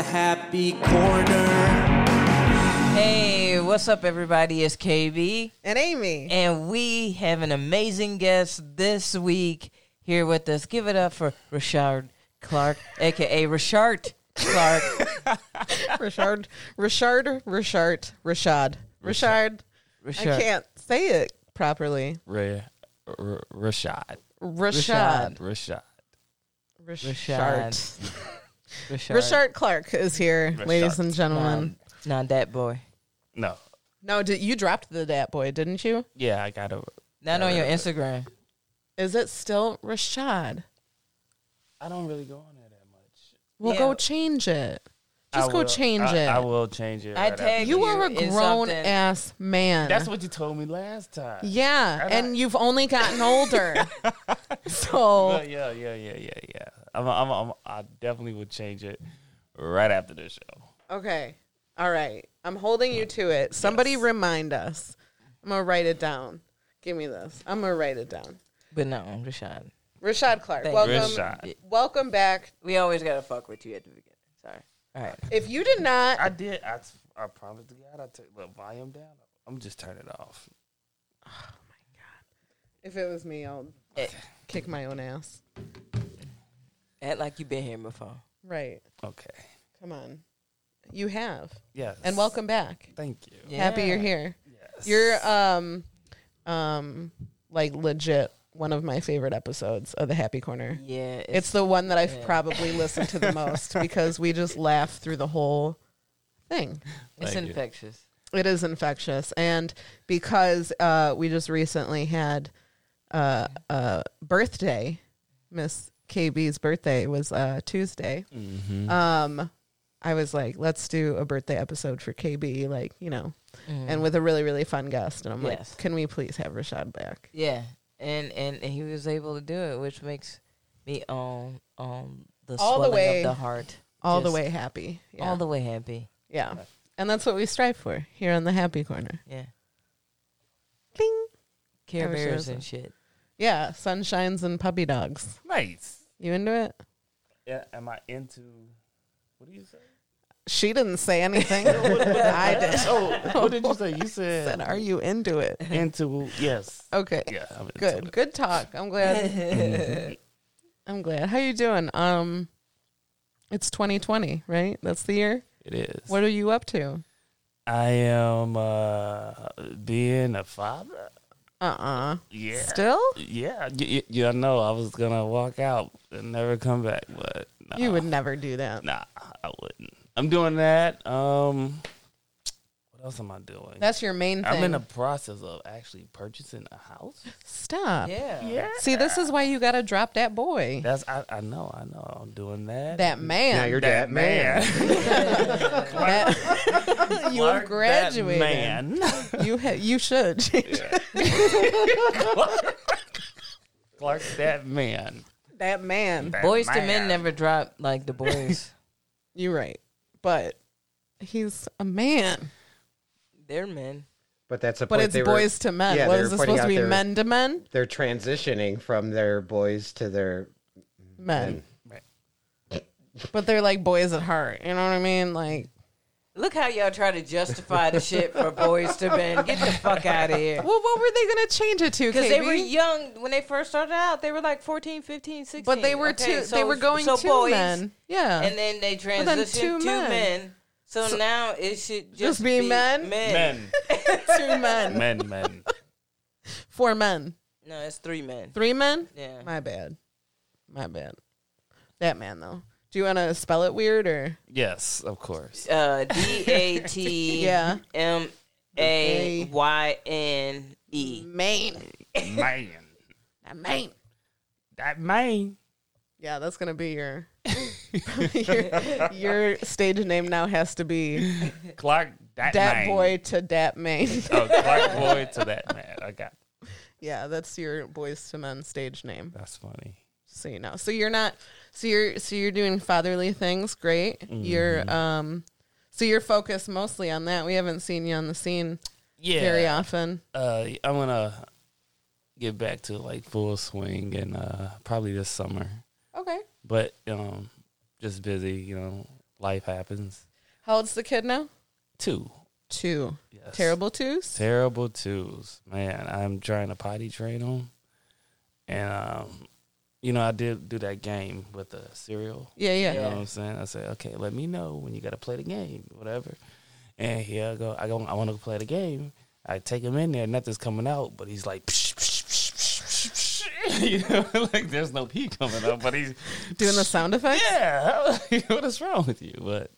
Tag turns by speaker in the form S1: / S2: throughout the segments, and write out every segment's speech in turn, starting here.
S1: happy corner.
S2: Hey, what's up, everybody? It's KB,
S3: And Amy.
S2: and we have an amazing guest this week here with us. Give it up for Richard Clark, aka Richard Clark.
S3: Richard. Richard. Richard. Richard. Richard. I
S2: Richard.
S3: can't say it properly.
S1: Ray, R- Rashad.
S3: Richard.
S1: Rashad.
S3: Richard.
S2: Richard.
S3: Richard Clark is here, ladies and gentlemen.
S2: Um, not that boy.
S1: No.
S3: No, did, you dropped the dat boy, didn't you?
S1: Yeah, I got to.
S2: Not on your Instagram.
S3: Is it still Rashad?
S1: I don't really go on there that much.
S3: Well,
S2: Yeah.
S3: go change it. Just
S1: I
S3: go
S1: will-
S3: change
S1: I-
S3: it.
S1: I will change it.
S2: I
S1: right
S2: tagged
S1: after.
S3: you are a
S2: you in
S3: grown
S2: something.
S3: ass man.
S1: That's what you told me last time.
S3: yeah,
S1: And I-
S3: and you've only gotten older. so
S1: But yeah, yeah, yeah, yeah, yeah. I'm, I'm, I'm, I definitely would change it right after this show.
S3: Okay. All right. I'm holding you to it. Somebody remind us. I'm going to write it down. Give me this. I'm going to write it down.
S2: But no, Richard.
S3: Rashad Clark,
S2: Thank
S3: welcome.
S1: Rashad.
S3: Welcome back.
S2: We always gotta fuck with you at the beginning. Sorry. All right.
S3: If you did not,
S1: I did. I, I promised to God I took the volume down. I'm just turn it off.
S3: if it was me, I'll
S2: Act,
S3: kick my own ass.
S2: act like you've been here before.
S3: Right.
S1: Okay.
S3: Come on. You have.
S1: Yes.
S3: And welcome back.
S1: Thank you.
S3: Happy you're
S2: Yeah.
S3: here.
S1: Yes.
S3: You're um um like legit one of my favorite episodes of the Happy Corner.
S2: Yeah.
S3: It's the one that I've probably listened to the most because we just laugh through the whole thing.
S2: it's
S1: Thank you.
S2: infectious.
S3: It is infectious, and because uh, we just recently had uh, a birthday, Miss KB's birthday was uh, Tuesday.
S2: Mm-hmm.
S3: Um, I was like, let's do a birthday episode for KB, like you know, and with a really really fun guest. And I'm
S2: Yes.
S3: like, can we please have Rashad back?
S2: Yeah, and, and and he was able to do it, which makes me um um the
S3: All the
S2: swelling of
S3: way-
S2: the heart,
S3: All the
S2: just
S3: way happy, yeah.
S2: all the way happy.
S3: yeah. And that's what we strive for here on the Happy Corner.
S2: Yeah,
S3: Ding.
S2: Care
S3: I wish I
S2: Bears
S3: was
S2: and
S3: a-
S2: shit.
S3: Yeah, sunshines and puppy dogs.
S1: nice.
S3: You into it?
S1: Yeah, am I into? What do you say?
S3: She didn't say anything. I did.
S1: Oh, what did you say? You said
S3: said, "Are you into it?"
S1: into? Yes.
S3: Okay.
S1: Yeah. I'm into
S3: Good.
S1: it.
S3: Good talk. I'm glad. Mm-hmm. I'm glad. How you doing? Um, it's 2020, right? That's the year.
S1: It is.
S3: What are you up to?
S1: I am uh, being a father.
S3: Uh uh
S1: Yeah.
S3: Still?
S1: Yeah. You, you, you know, I was gonna walk out and never come back, but nah,
S3: You would never do that.
S1: Nah, I wouldn't. I'm doing that. Um, what else am I doing?
S3: That's your main thing.
S1: I'm in the process of actually purchasing a house.
S3: Stop.
S2: Yeah,
S3: See, this is why you gotta drop that boy,
S1: That's I, I know, I know. I'm doing that.
S3: that man.
S4: Now you're
S1: that
S4: that, man.
S3: That- you have graduated.
S1: man.
S3: You ha- you should. change
S1: Clark that man.
S3: that man.
S1: That
S2: boys to men
S1: man.
S2: never drop like the boys.
S3: You're right, but he's a man.
S2: They're men.
S4: But that's a
S3: But
S4: point.
S3: it's
S4: they were-
S3: boys to men.
S4: Yeah,
S3: what
S4: they
S3: is
S4: were
S3: this
S4: pointing
S3: supposed to
S4: out
S3: be?
S4: they're-
S3: Men to men?
S4: They're transitioning from their boys to their.
S3: Men.
S1: Right.
S3: But they're like boys at heart. You know what I mean? Like,
S2: Look how y'all try to justify the shit for boys to men. Get the fuck out of here.
S3: well, what were they going to change it to?
S2: Because they
S3: KB?
S2: were young when they first started out. They were like 14, 15, 16.
S3: but they were
S2: Okay,
S3: two.
S2: so-
S3: they were going
S2: so
S3: two
S2: boys,
S3: men. Yeah.
S2: and then they transitioned
S3: then two
S2: to men.
S3: men.
S2: So, now it should just,
S3: Just be men?
S1: Men.
S3: two men.
S1: Men, men.
S3: Four men.
S2: No, it's three men.
S3: Three men.
S2: Yeah.
S3: My bad. My bad. That man though. Do you want to spell it weird or?
S1: Yes, of course.
S2: Uh, D A T
S3: Yeah.
S2: M A Y N E.
S3: Maine.
S1: Man.
S3: Maine.
S1: That man.
S3: Yeah, that's gonna be your your, your stage name. Now has to be
S1: Clark that,
S3: Dat
S1: man.
S3: Boy to Dat Maine.
S1: Oh, Clark boy to that man. I got
S3: Yeah, that's your boys to men stage name.
S1: that's funny.
S3: So you know. So you're not so you're so you're doing fatherly things, great. You're um so you're focused mostly on that. We haven't seen you on the scene
S1: Yeah.
S3: very often.
S1: uh, I'm gonna get back to like full swing and uh, probably this summer,
S3: Okay.
S1: but um, just busy. You know, life happens.
S3: How old's the kid now?
S1: Two.
S3: Two.
S1: Yes.
S3: Terrible twos.
S1: Terrible twos, man. I'm trying to potty train them, and um, you know I did do that game with the cereal.
S3: yeah, yeah,
S1: You know what I'm saying? I said, okay, let me know when you got to play the game, whatever. And here I go. I go. I want to play the game. I take him in there. Nothing's coming out, but he's like, psh, psh, psh, psh, psh, psh. you know, like there's no pee coming out, but he's
S3: Doing the sound effects.
S1: yeah. what is wrong with you? But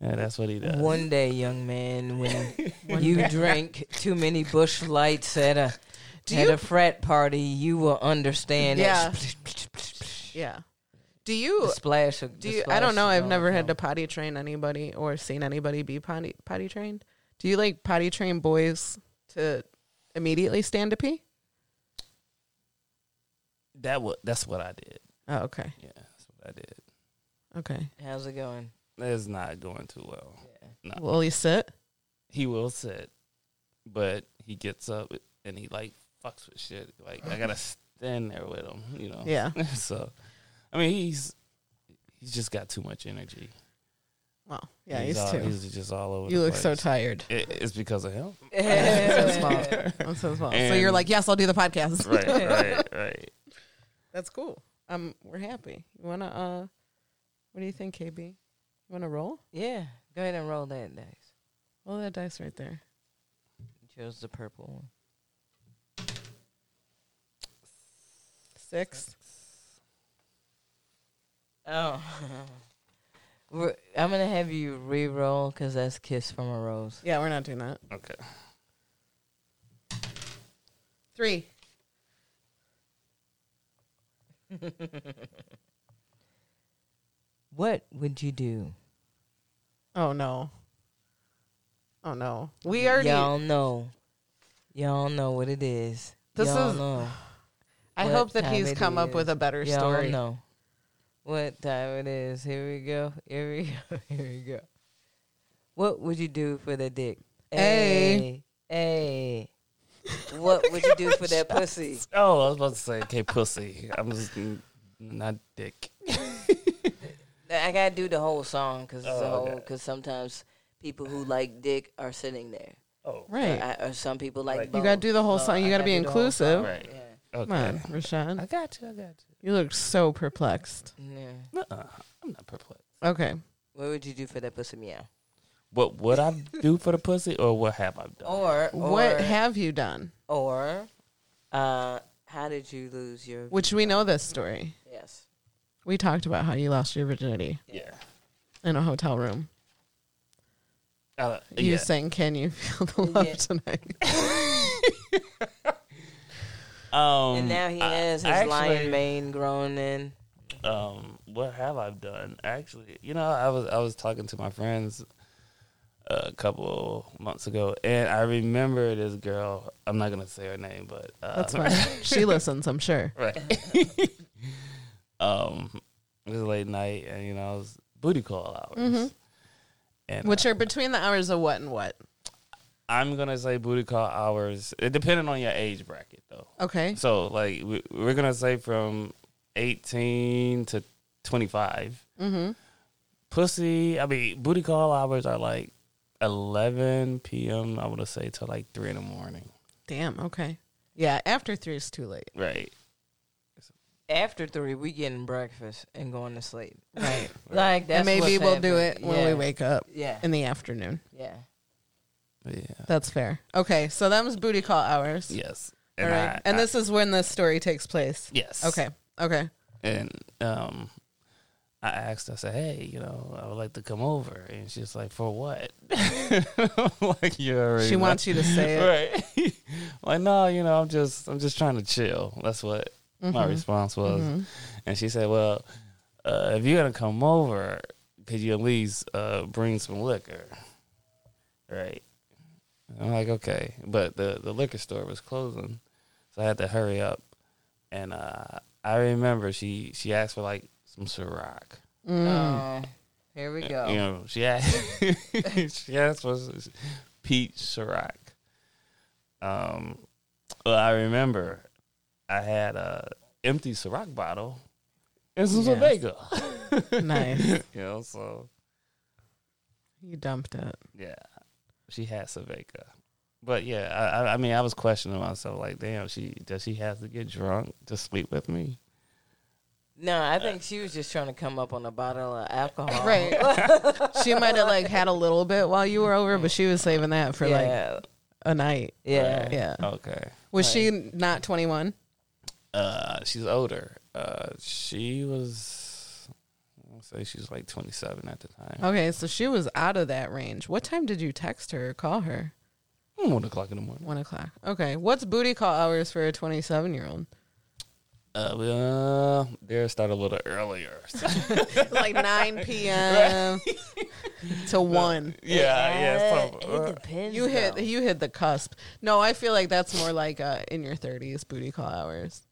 S1: yeah, that's what he does.
S2: One day, young man, when you drink too many bush lights at a
S3: Do
S2: at
S3: you-
S2: a frat party, you will understand.
S3: Yeah.
S2: that
S3: Yeah. Do you?
S2: The splash. of-
S3: Do
S2: the
S3: you? I don't
S2: splash
S3: know. I've
S2: don't
S3: never had to
S2: count.
S3: potty train anybody or seen anybody be potty potty trained. Do you like potty train boys to immediately stand to pee?
S1: That what that's what I did.
S3: Oh, okay,
S1: Yeah, that's what I did.
S3: okay.
S2: How's it going?
S1: It's not going too well. No.
S3: Will you sit?
S1: He will sit, but he gets up and he like fucks with shit. Like I gotta stand there with him, you know.
S3: Yeah.
S1: so, I mean, he's he's just got too much energy.
S3: Well, yeah, he's,
S1: all,
S3: two.
S1: He's just all over.
S3: you
S1: the
S3: look so
S1: place.
S3: tired.
S1: It, it's because of him.
S3: That's his fault. That's his fault. So you're
S1: And-
S3: like, yes, I'll do the podcast.
S1: Right, right, right.
S3: That's cool. Um, we're happy. You wanna uh, what do you think, KB? You wanna roll?
S2: Yeah. Go ahead and roll that dice.
S3: Roll that dice right there.
S2: You chose the purple one.
S3: Six.
S2: Oh. We're- I'm gonna have you re-roll because that's "Kiss from a Rose."
S3: Yeah, we're not doing that.
S1: Okay.
S3: Three.
S2: What would you do?
S3: Oh no. Oh no. We already.
S2: Y'all know. Y'all know what it is.
S3: This
S2: Y'all
S3: is-
S2: know.
S3: I
S2: what
S3: hope that
S2: time
S3: he's
S2: it
S3: come up
S2: is.
S3: with a better
S2: Y'all
S3: story.
S2: know what time it is. Here we go. Here we go. Here we go. What would you do for the dick?
S3: Ay.
S2: Hey. What would you do for that pussy?
S1: Oh, I was about to say, okay, pussy. I'm just mm, not dick.
S2: I gotta do the whole song because
S1: Oh, okay.
S2: because sometimes people who like dick are sitting there.
S1: Oh,
S3: Right.
S2: I, or some people like.
S1: Right.
S2: both.
S3: you gotta do the whole
S2: So
S3: song. You
S2: I
S3: gotta be
S2: do the whole
S3: inclusive.
S2: song.
S1: Right.
S2: Yeah.
S1: Okay.
S3: Come on, Rashad.
S1: I got you. I got
S3: You look so perplexed.
S2: yeah.
S1: you. Nuh-uh, I'm not perplexed.
S3: Okay.
S2: What would you do for that pussy meow?
S1: What would I do for the pussy, or what have I done?
S2: Or, or
S3: what have you done?
S2: or uh, how did you lose your?
S3: Which we know this story.
S2: Yes.
S3: We talked about how you lost your virginity
S1: yeah.
S3: in a hotel room.
S1: Uh,
S3: You
S1: yeah.
S3: sang "Can You Feel the Love
S2: Yeah.
S3: Tonight?"
S1: um,
S2: And now he
S1: I-
S2: has his
S1: I
S2: lion
S1: actually-
S2: mane grown in.
S1: um, what have I done? Actually, you know, I was I was talking to my friends a couple months ago, and I remember this girl. I'm not gonna say her name, but uh,
S3: That's fine. she listens, I'm sure.
S1: right. um, it was late night, and you know, it was booty call hours. And
S3: Mm-hmm. Which are between the hours of what and what?
S1: I'm gonna say booty call hours. It depending on your age bracket, though.
S3: Okay.
S1: So like we, we're gonna say from 18 to 25.
S3: Mm-hmm.
S1: Pussy. I mean, booty call hours are like 11 p.m. I would say till like three in the morning.
S3: Damn. Okay. Yeah. After three is too late.
S1: Right.
S2: After three, we getting breakfast and going to sleep.
S3: Right.
S2: Like that's
S3: and maybe
S2: what's
S3: we'll do it
S2: happening.
S3: when
S2: yeah.
S3: we wake up
S2: Yeah,
S3: in the afternoon.
S2: yeah.
S1: Yeah.
S3: That's fair. Okay, so that was booty call hours.
S1: Yes.
S3: All right.
S1: I-
S3: and
S1: I-
S3: this is when this story takes place.
S1: Yes.
S3: Okay. Okay.
S1: And um, I asked. I said, "Hey, you know, I would like to come over." And she's like, "For what?" I'm like you already.
S3: She
S1: know.
S3: wants you to say it.
S1: right. like, no, you know, I'm just I'm just trying to chill. That's what my response was. And she said, Well, uh, if you're gonna come over, could you at least uh, bring some liquor? Right. And I'm like, okay. But the, the liquor store was closing, so I had to hurry up. And uh, I remember she she asked for like some Ciroc.
S3: Mm.
S2: Uh, here we
S1: You
S2: go.
S1: know, she asked she asked for s- peach Ciroc. Um, well, I remember I had a empty Ciroc bottle and some
S3: Yes.
S1: Sebago.
S3: Nice.
S1: you know, so
S3: You dumped it.
S1: Yeah, she had Saveka, but yeah, I, I, I mean, I was questioning myself like, damn, she does she have to get drunk to sleep with me?
S2: No, I think she was just trying to come up on a bottle of alcohol.
S3: Right. she might have like had a little bit while you were over, but she was saving that for like
S2: Yeah.
S3: a night.
S2: yeah.
S3: Yeah.
S1: Okay,
S3: Was she not 21?
S1: uh, she's older. Uh, she was, I'll say she was like twenty seven at the time.
S3: Okay, so she was out of that range. What time did you text her or call her?
S1: Hmm, One o'clock in the morning.
S3: One o'clock. Okay. What's booty call hours for a 27 year old?
S1: Uh, we, uh, there start a little earlier. So-
S3: like 9 p.m. to 1.
S1: yeah, yeah.
S2: Uh,
S1: so-
S2: it depends.
S3: You hit
S2: though.
S3: you hit the cusp. No, I feel like that's more like uh, in your 30s booty call hours.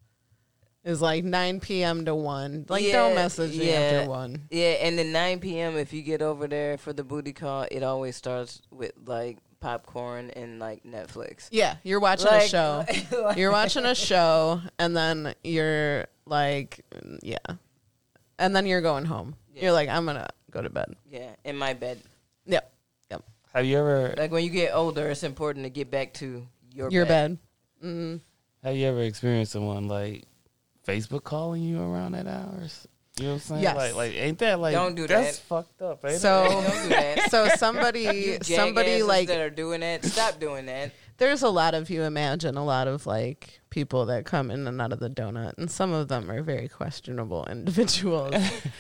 S3: Is like 9 p.m. to 1. Like
S2: Yeah,
S3: don't message me
S2: yeah.
S3: after 1.
S2: Yeah, and then 9 p.m. if you get over there for the booty call, it always starts with like popcorn and like Netflix.
S3: Yeah, you're watching a
S2: Like-
S3: show. you're watching a show and then you're like yeah. And then you're going home. You're like I'm going to go to bed.
S2: Yeah, in my bed.
S3: Yep. Yep.
S1: have you ever
S2: Like when you get older, it's important to get back to your
S3: Your
S2: bed.
S3: bed.
S1: have you ever experienced someone like Facebook calling you around at hours? You know what I'm saying?
S3: Yes.
S1: Like, like ain't that like
S2: Don't do
S1: that's
S2: that.
S1: fucked up. Ain't it?
S3: So
S2: Don't do that.
S3: so somebody
S2: You
S3: somebody
S2: jackasses
S3: like
S2: that are doing that. Stop doing that.
S3: there's a lot of you imagine a lot of like people that come in and out of the donut and some of them are very questionable individuals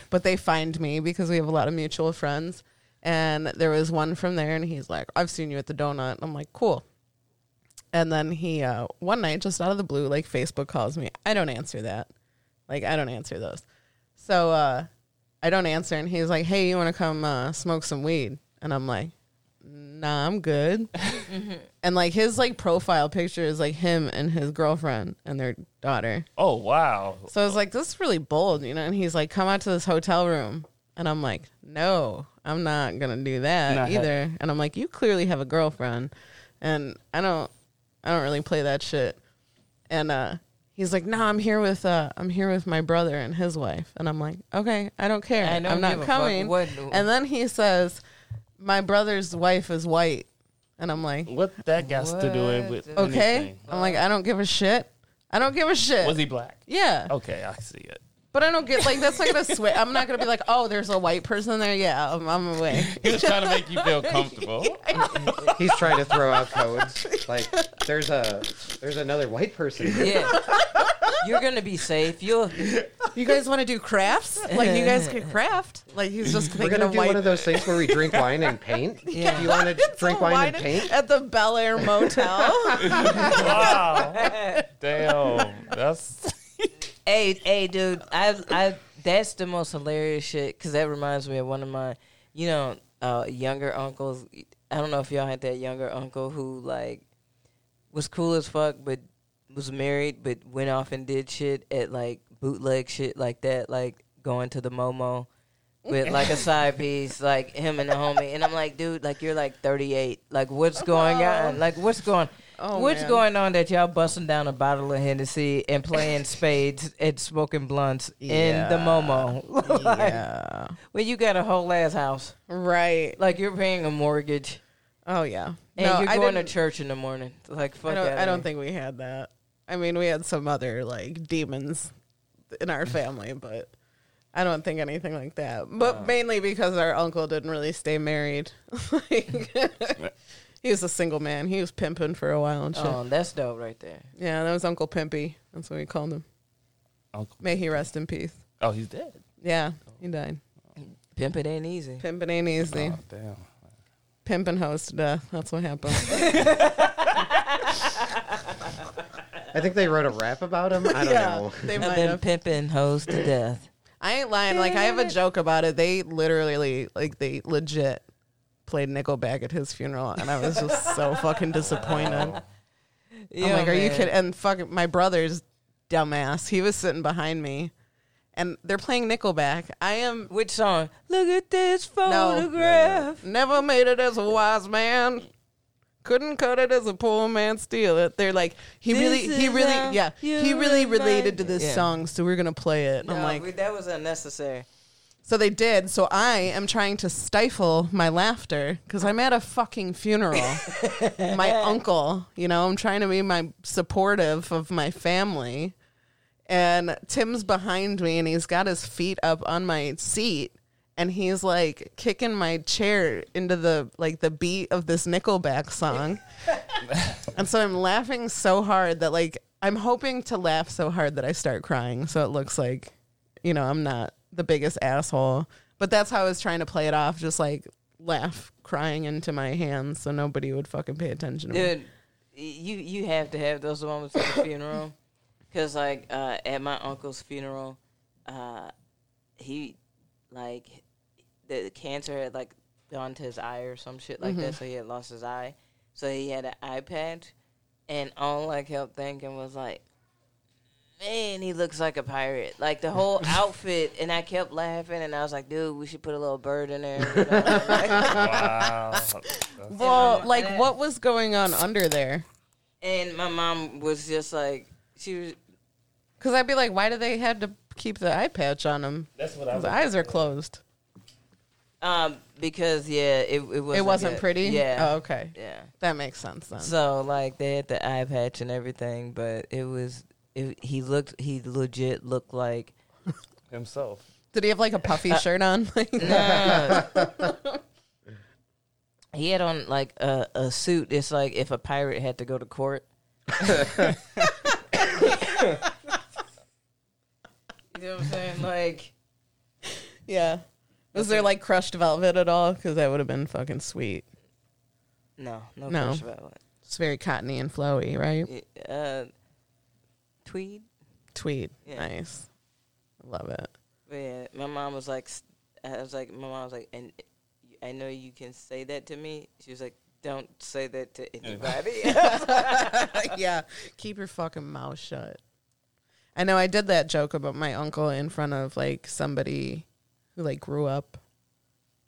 S3: but they find me because we have a lot of mutual friends and there was one from there and he's like i've seen you at the donut i'm like cool and then he uh, one night just out of the blue like facebook calls me i don't answer that like i don't answer those so uh, i don't answer and he's like hey you want to come uh, smoke some weed and i'm like nah i'm good and like his like profile picture is like him and his girlfriend and their daughter.
S1: oh wow,
S3: So I was like, this is really bold, you know. And he's like, come out to this hotel room, and I'm like, no, I'm not gonna do that
S1: Not ha-
S3: either. and I'm like, you clearly have a girlfriend, and I don't, I don't really play that shit. And uh, he's like, nah, I'm here with, uh, I'm here with my brother and his wife. And I'm like, okay, I don't care,
S2: I don't
S3: I'm
S2: give
S3: not
S2: a fuck
S3: coming.
S2: what-
S3: And then he says, my brother's wife is white, and I'm like,
S1: what that got to do it
S2: What
S1: with?
S2: the-
S3: Okay.
S1: anything?
S3: I'm like, I don't give a shit. I don't give a shit.
S1: Was he Oh. black?
S3: yeah.
S1: Okay, I see it.
S3: But I don't get like that's not gonna switch. I'm not gonna be like, oh, there's a white person there. Yeah, I'm, I'm away.
S1: He was trying to make you feel comfortable.
S4: He's trying to throw out codes. Like there's a there's another white person. Here.
S2: Yeah. You're gonna be safe. You'll
S3: You guys want to do crafts? Like you guys can craft? Like he's just
S4: We're
S3: thinking
S4: gonna
S3: of
S4: do
S3: white.
S4: one of those things where we drink wine and paint.
S2: Yeah.
S4: Do you want to drink wine, and paint?
S3: at the Bel Air Motel.
S1: wow, damn, that's
S2: Hey, hey, dude! I, I, that's the most hilarious shit because that reminds me of one of my, you know, uh, younger uncles. I don't know if y'all had that younger uncle who like was cool as fuck, but was married, but went off and did shit at like bootleg shit like that, like going to the Momo with like a side piece, like him and the homie. And I'm like, dude, like you're like 38. Like what's going on? Like what's going?
S3: Oh,
S2: what's
S3: man.
S2: going on that y'all busting down a bottle of Hennessy and playing spades and smoking blunts in the
S3: Yeah.
S2: Momo? like,
S3: yeah.
S2: Well, you got a whole ass house.
S3: Right.
S2: Like you're paying a mortgage
S3: Oh yeah.
S2: and
S3: no,
S2: you're
S3: I
S2: going to
S3: didn't-
S2: church in the morning. Like fuck
S3: I don't.
S2: outta
S3: I don't
S2: here.
S3: think we had that. I mean, we had some other like demons in our family, but I don't think anything like that. But
S2: Uh.
S3: mainly because our uncle didn't really stay married. like, he was a single man. He was pimping for a while and shit.
S2: Oh, that's dope right there.
S3: Yeah, that was Uncle Pimpy. That's what we called him.
S1: Uncle.
S3: May he rest in peace.
S1: Oh, he's dead.
S3: Yeah, he died.
S2: Pimp it ain't easy.
S3: Pimping ain't easy.
S2: Uh.
S1: Oh, damn.
S3: Pimping hoes to death. That's what happened.
S4: I think they wrote a rap about him. I don't know.
S3: they might
S2: I've been
S3: have.
S2: pimping hoes to death.
S3: I ain't lying. Like I have a joke about it. They literally, like, they legit played Nickelback at his funeral, and I was just so fucking disappointed. I'm
S2: Yeah,
S3: like, are you
S2: man.
S3: kidding? And fucking my brother's dumbass. He was sitting behind me, and they're playing Nickelback. I am
S2: Which song? Look at this
S3: No.
S2: photograph.
S3: never made it as a wise man. Couldn't cut it as a poor man steal it. They're like he
S2: This
S3: really, he
S2: is how
S3: really, yeah,
S2: you
S3: he really
S2: remind-
S3: related to this
S2: Yeah.
S3: song, so we're gonna play it.
S2: No,
S3: I'm like,
S2: we- that was unnecessary.
S3: So they did. So I am trying to stifle my laughter because I'm at a fucking funeral. my uncle, you know, I'm trying to be my supportive of my family. And Tim's behind me and he's got his feet up on my seat and he's like kicking my chair into the like the beat of this Nickelback song. and so I'm laughing so hard that like I'm hoping to laugh so hard that I start crying. So it looks like, you know, I'm not the biggest asshole. But that's how I was trying to play it off, just like laugh crying into my hands so nobody would fucking pay attention to me.
S2: Dude, you you have to have those moments at the funeral, because like uh, at my uncle's funeral, uh, he like the the cancer had like gone to his eye or some shit like that, so he had lost his eye. So he had an eye patch, and all I kept thinking was like, man, he looks like a pirate. Like the whole outfit, and I kept laughing, and I was like, dude, we should put a little bird in there. you know?
S1: Wow.
S3: Well, like what was going on under there?
S2: and my mom was just like, she was.
S3: Because I'd be like, why do they have to keep the eye patch on him?
S1: That's what I
S3: His eyes are closed.
S2: Um, because yeah, it it wasn't
S3: It wasn't
S2: good.
S3: pretty?
S2: Yeah,
S3: Oh, okay.
S2: yeah.
S3: That makes sense then.
S2: So like they had the eye patch and everything, but it was it, he looked he legit looked like
S1: himself.
S3: Did he have like a
S2: Uh,
S3: puffy shirt on?
S2: he had on like a, a suit. It's like if a pirate had to go to court. you know what I'm saying? Like
S3: yeah. Was there like crushed velvet at all? Because that would have been fucking sweet.
S2: no, no,
S3: No.
S2: question about
S3: It's very cottony and flowy, right?
S2: it. Uh, tweed.
S3: Tweed.
S2: Yeah.
S3: Nice. Love it.
S2: Yeah, my mom was like, s- I was like, my mom was like, and I know you can say that to me. She was like, don't say that to anybody.
S3: yeah. Keep your fucking mouth shut. I know I did that joke about my uncle in front of like somebody who like grew up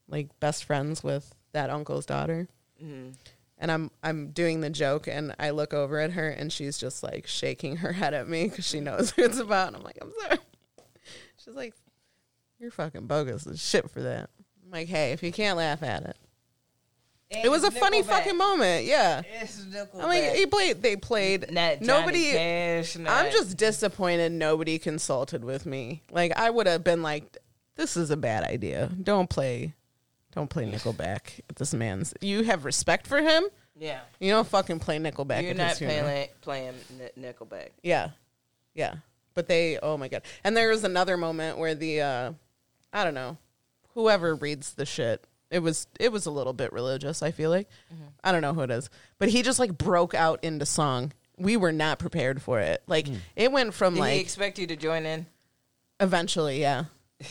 S3: like best friends with that uncle's daughter.
S2: Mm-hmm.
S3: And I'm I'm doing the joke and I look over at her and she's just like shaking her head at me cuz she knows who it's about. And I'm like, "I'm sorry." She's like, "You're fucking bogus as shit for that." I'm like, "Hey, if you can't laugh at it." It was a funny fucking moment. Yeah. I mean, he played. They played.
S2: Not Johnny
S3: nobody.
S2: Cash,
S3: I'm
S2: not-
S3: just disappointed. Nobody consulted with me. Like I would have been like, "This is a bad idea. Don't play. Don't play Nickelback at this man's. You have respect for him.
S2: yeah.
S3: You don't fucking play Nickelback.
S2: You're
S3: at
S2: not
S3: his funeral.
S2: playing playing Ni- Nickelback.
S3: Yeah. Yeah. But they oh my god. And there was another moment where the uh I don't know, whoever reads the shit, it was it was a little bit religious, I feel like.
S2: Mm-hmm.
S3: I don't know who it is. But he just like broke out into song. We were not prepared for it. Like it went from
S2: Did
S3: like
S2: Mm. he expect you to join in?
S3: Eventually, yeah.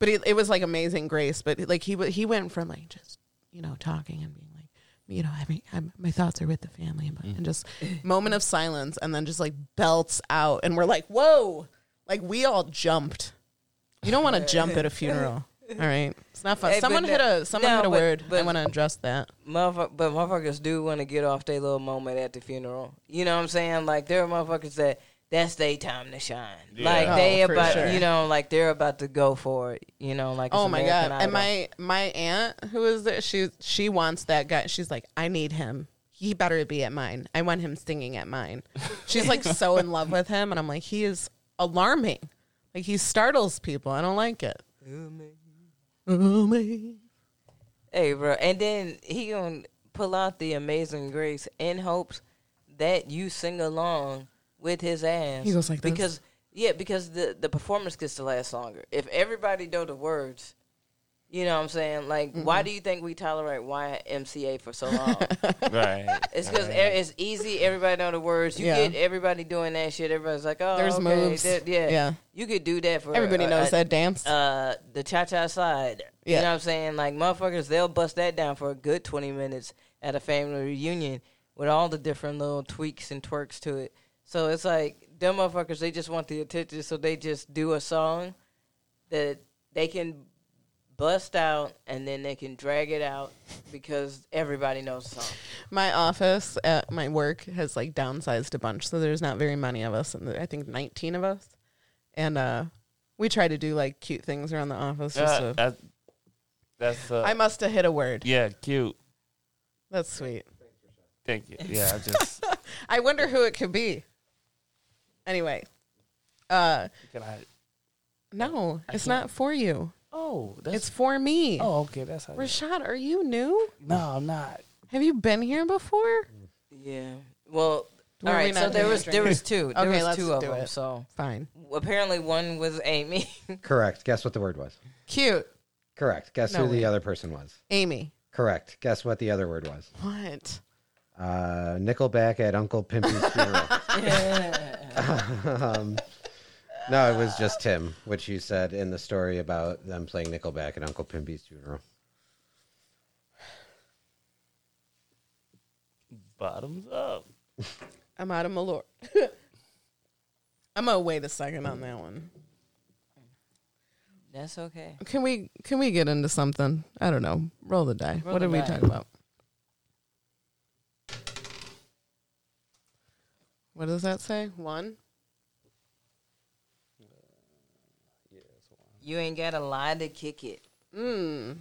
S3: But it, it was like Amazing Grace. But like he wa- he went from like just you know talking and being like you know I mean I'm, my thoughts are with the family and, and just
S2: Mm.
S3: moment of silence and then just like belts out and we're like whoa like we all jumped. You don't want to jump at a funeral. All right, it's not fun.
S2: Hey, but
S3: someone
S2: no-
S3: hit a someone
S2: no,
S3: hit a
S2: but-
S3: word. I
S2: but-
S3: want to address that.
S2: Motherfuck- but motherfuckers do want to get off their little moment at the funeral. You know what I'm saying? Like there are motherfuckers that that's their time to shine. Like
S1: Yeah.
S2: they
S3: Oh, for
S2: about
S3: sure.
S2: you know like they're about to go for it. You know like
S3: Oh
S2: it's
S3: my
S2: American
S3: god!
S2: Idol.
S3: And my my aunt, who is the, she? She wants that guy. She's like, I need him. He better be at mine. I want him singing at mine. She's like so in love with him, and I'm like, he is alarming. Like he startles people. I don't like it. Oh, me.
S2: hey bro, and then he gonna pull out the Amazing Grace in hopes that you sing along with his ass.
S3: He goes like this.
S2: because yeah because the the performance gets to last longer. If everybody know the words. You know what I'm saying? Like,
S3: Mm-hmm.
S2: why do you think we tolerate YMCA for so long?
S1: Right.
S2: It's because it's easy. Everybody know the words. You
S3: Yeah.
S2: get everybody doing that shit. Everybody's like, oh,
S3: There's
S2: okay,
S3: moves.
S2: that- yeah,
S3: Yeah.
S2: You could do that for
S3: Everybody
S2: uh,
S3: knows
S2: uh,
S3: that dance.
S2: Uh, the cha cha slide.
S3: Yeah.
S2: You know what I'm saying? Like motherfuckers, they'll bust that down for a good 20 minutes at a family reunion with all the different little tweaks and twerks to it. So it's like them motherfuckers. They just want the attention, so they just do a song that they can bust out and then they can drag it out because everybody knows the song.
S3: my office at my work has like downsized a bunch, so there's not very many of us, and I think 19 of us. And uh, We try to do like cute things around the office. Just
S1: Yeah,
S3: to-
S1: that, that's uh,
S3: I must have hit a word.
S1: yeah, cute.
S3: That's sweet.
S1: Thank you. Yeah, I just
S3: I wonder who it could be. Anyway, uh,
S1: can I.
S3: no, it's not for you.
S1: Oh, that's
S3: It's for me.
S1: oh okay. That's how.
S3: Rashad, are you new?
S1: no, I'm not.
S3: Have you been here before?
S2: Yeah. Well,
S3: Were
S2: all
S3: we
S2: right. So
S3: not
S2: there
S3: doing
S2: was
S3: the
S2: there
S3: drink?
S2: was two. There
S3: Okay,
S2: was
S3: let's
S2: two of
S3: do
S2: them.
S3: it.
S2: So
S3: Fine.
S2: apparently one was Amy.
S4: Correct. Guess what the word was?
S3: Cute.
S4: Correct. Guess
S3: No
S4: who
S3: way.
S4: the other person was?
S3: Amy.
S4: Correct. Guess what the other word was?
S3: What?
S4: Uh, Nickelback at Uncle Pimpy's funeral. um, no, it was just Tim, which you said in the story about them playing Nickelback at Uncle Pimpy's funeral.
S1: Bottoms up.
S3: I'm out of Malor. I'm gonna wait a second on that one.
S2: That's okay.
S3: Can we can we get into something? I don't know. Roll the die.
S2: Roll
S3: what
S2: the
S3: did we
S2: die.
S3: talk about? What does that say? One?
S2: You ain't got a lie to kick it.
S3: Mm.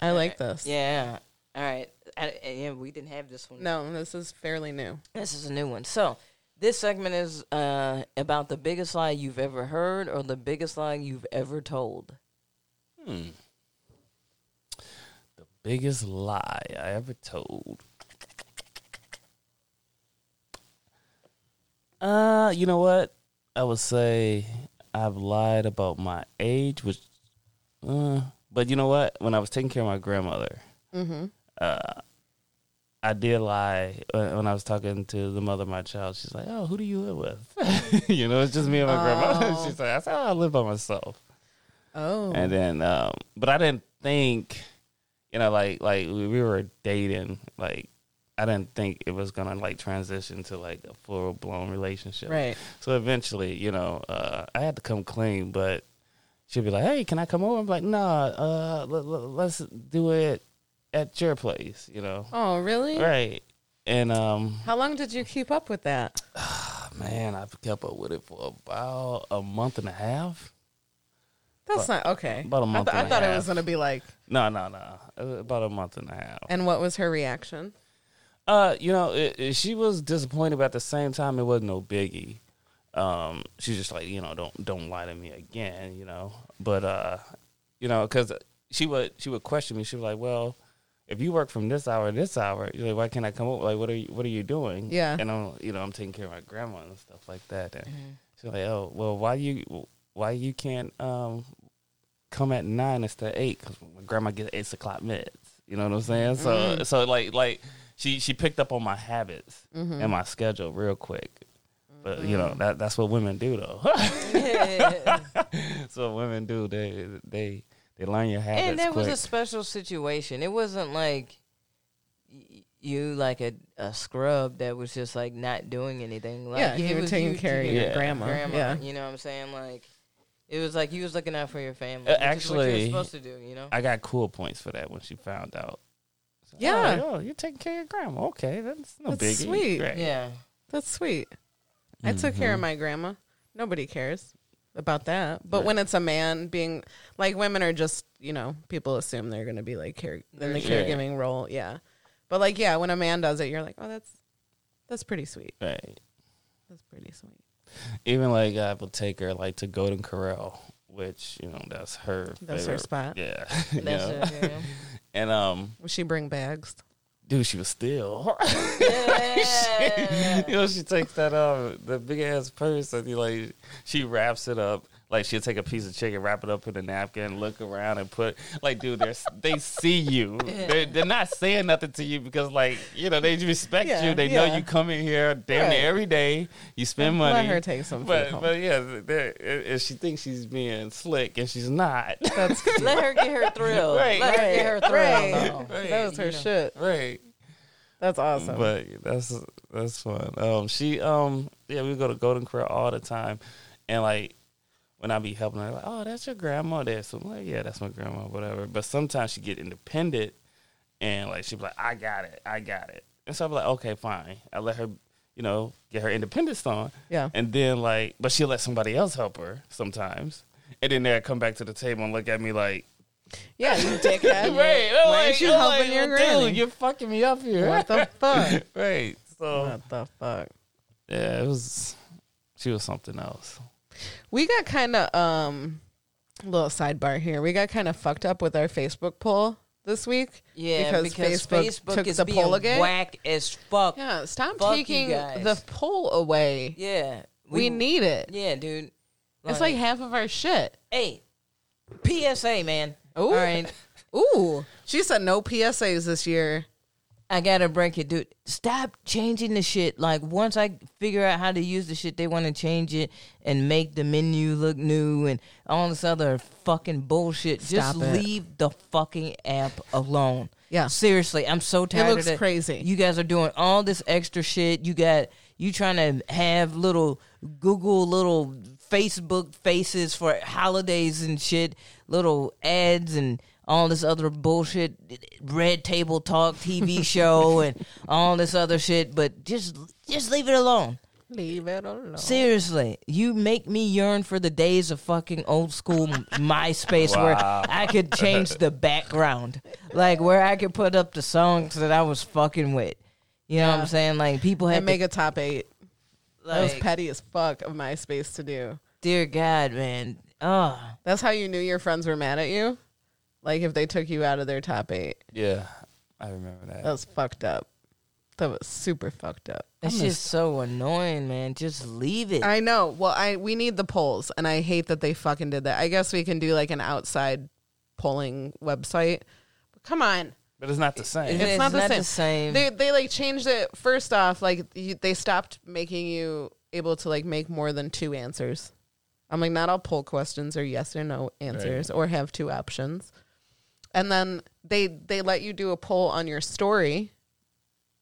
S3: I like this.
S2: Yeah. All right. I, I- yeah, we didn't have this one.
S3: No, this is fairly new.
S2: This is a new one. So this segment is uh, about the biggest lie you've ever heard or the biggest lie you've ever told.
S1: The biggest lie I ever told. Uh, you know what? I would say I've lied about my age, which, uh, but you know what? When I was taking care of my grandmother, uh, I did lie uh, when I was talking to the mother of my child. She's like, "Oh, who do you live with?" you know, it's just me and my grandmother. She's like, "I said, oh, I live by myself."
S3: Oh.
S1: And then, um, but I didn't think, you know, like like we we were dating, like I didn't think it was gonna like transition to like a full blown relationship.
S3: Right.
S1: So eventually, you know, uh, I had to come clean, but she'd be like, "Hey, can I come over?" I'm like, "Nah, uh, let, us do it at your place," you know.
S3: Oh, really?
S1: Right. And um,
S3: How long did you keep up with that?
S1: man, I've kept up with it for about a month and a half.
S3: That's not okay.
S1: about a month
S3: I, th- I
S1: and a
S3: thought it
S1: half.
S3: was gonna be like.
S1: No, no, no, Uh, about a month and a half.
S3: And what was her reaction?
S1: Uh, you know, it, it- she was disappointed, but at the same time, it wasn't no biggie. Um, she's just like, you know, don't don't lie to me again, you know. But uh, you know, because she would she would question me. She was like, well, if you work from this hour to this hour, you're like, why can't I come over? Like, what are you what are you doing?
S3: Yeah.
S1: and I'm you know I'm taking care of my grandma and stuff like that. And she's like, oh, well, why you why you can't um come at nine instead of eight because my grandma gets eight o'clock meds. You know what I'm saying? So
S2: Mm-hmm.
S1: so like like she she picked up on my habits
S2: Mm-hmm.
S1: and my schedule real quick. But you know that that's what women do though. that's what women do. They they they learn your habits.
S2: and that was
S1: quick.
S2: a special situation. It wasn't like y- you like a, a scrub that was just like not doing anything. Like
S3: Yeah,
S2: it
S3: you were
S2: was
S3: taking care of
S2: taking
S1: your
S2: care
S3: grandma. Yeah.
S2: You know what I'm saying? Like it was like you was looking out for your family.
S1: Uh,
S2: which is what
S1: actually,
S2: you're supposed to do. You know.
S1: I got cool points for that when she found out. So,
S3: Yeah.
S1: oh, yo, you're taking care of your grandma. Okay, that's no
S3: That's
S1: biggie.
S3: sweet.
S1: Right.
S2: yeah.
S3: That's sweet. I took care
S1: Mm-hmm.
S3: of my grandma. Nobody cares about that. But when it's a man being like women are just, you know, people assume they're going to be like care in the
S1: Yeah.
S3: caregiving role. Yeah. But like yeah, when a man does it, you're like, "Oh, that's that's pretty sweet.
S1: Right.
S3: That's pretty sweet."
S1: Even like I would take her like to Golden Corral, which you know that's her.
S3: That's her
S1: favorite-
S3: spot.
S1: Yeah. you
S2: That's
S1: know?
S2: it. yeah.
S1: And um,
S3: Will she bring bags?
S1: dude, she was still.
S2: Yeah.
S1: you know, she takes that um the big ass purse and you like she wraps it up. Like she'll take a piece of chicken, wrap it up in a napkin, look around and put like, dude, they're they see you. They're, they're not saying nothing to you because like you know they respect
S3: Yeah,
S1: you. They
S3: yeah.
S1: know you come in here damn
S3: Right.
S1: near every day. You spend money.
S3: Let her take some food
S1: But
S3: home.
S1: but yeah, there- i- if she thinks she's being slick and she's not,
S2: Let her get her thrill.
S1: Right.
S2: Let her get her thrill.
S3: Right.
S2: though.
S3: That was her
S2: You know.
S3: shit.
S1: right?
S3: That's awesome.
S1: But that's that's fun. Um, she um yeah, we go to Golden Corral all the time, and like when I be helping her, like oh that's your grandma there. So I'm like yeah, that's my grandma, whatever. But sometimes she get independent, and like she be like I got it, I got it, and so I'm like okay fine, I let her you know get her independence on,
S3: Yeah.
S1: and then like but she'll let somebody else help her sometimes. and then they'll come back to the table and look at me like,
S3: Yeah, you dickhead.
S1: right,
S3: Why
S1: I'm like,
S3: aren't you
S1: I'm
S3: helping
S1: like,
S3: your
S1: dude,
S3: granny?
S1: You're fucking me up here.
S3: What the fuck?
S1: right. So
S3: What the fuck?
S1: yeah, it was. She was something else.
S3: We got kind of um little sidebar here. We got kind of fucked up with our Facebook poll this week.
S2: Yeah, because, Facebook,
S3: took
S2: is
S3: the
S2: being
S3: poll again.
S2: whack as fuck. Yeah,
S3: Yeah, stop
S2: Fuck you
S3: taking
S2: guys.
S3: the poll away. we, need it.
S2: Yeah, dude.
S3: It's like half of our shit.
S2: hey, PSA, man.
S3: Ooh.
S2: All right,
S3: Ooh, she said no PSAs this year.
S2: I gotta break it, dude. Stop changing the shit. Like once I figure out how to use the shit, they want to change it and make the menu look new and all this other fucking bullshit. Just
S3: Stop it.
S2: leave the fucking app alone.
S3: Yeah.
S2: seriously, I'm so tired.
S3: looks
S2: of that.
S3: crazy.
S2: You guys are doing all this extra shit. You got you trying to have little Google little Facebook faces for holidays and shit, little ads and all this other bullshit, red table talk TV show and all this other shit. But just just leave it alone.
S3: Leave it alone.
S2: Seriously, you make me yearn for the days of fucking old school MySpace where I could change the background, like where I could put up the songs that I was fucking with. You know what
S3: Yeah.
S2: I'm saying? Like people had
S3: and make
S2: to,
S3: a top eight. that was
S2: like,
S3: petty as fuck of MySpace to do.
S2: dear God, man. Oh,
S3: That's how you knew your friends were mad at you. Like if they took you out of their top eight.
S1: Yeah, I remember that.
S3: That was fucked up. That was super fucked up.
S2: it's just so annoying, man. Just leave it.
S3: I know. Well, I we need the polls, and I hate that they fucking did that. I guess we can do like an outside polling website. But come on,
S1: but it's not the same.
S3: it's,
S2: It's
S3: not, the,
S2: not
S3: same.
S2: the same.
S3: They they like changed it. First off, like you, they stopped making you able to like make more than two answers. I'm like, not all poll questions are yes or no answers or have two options. And then they they let you do a poll on your story,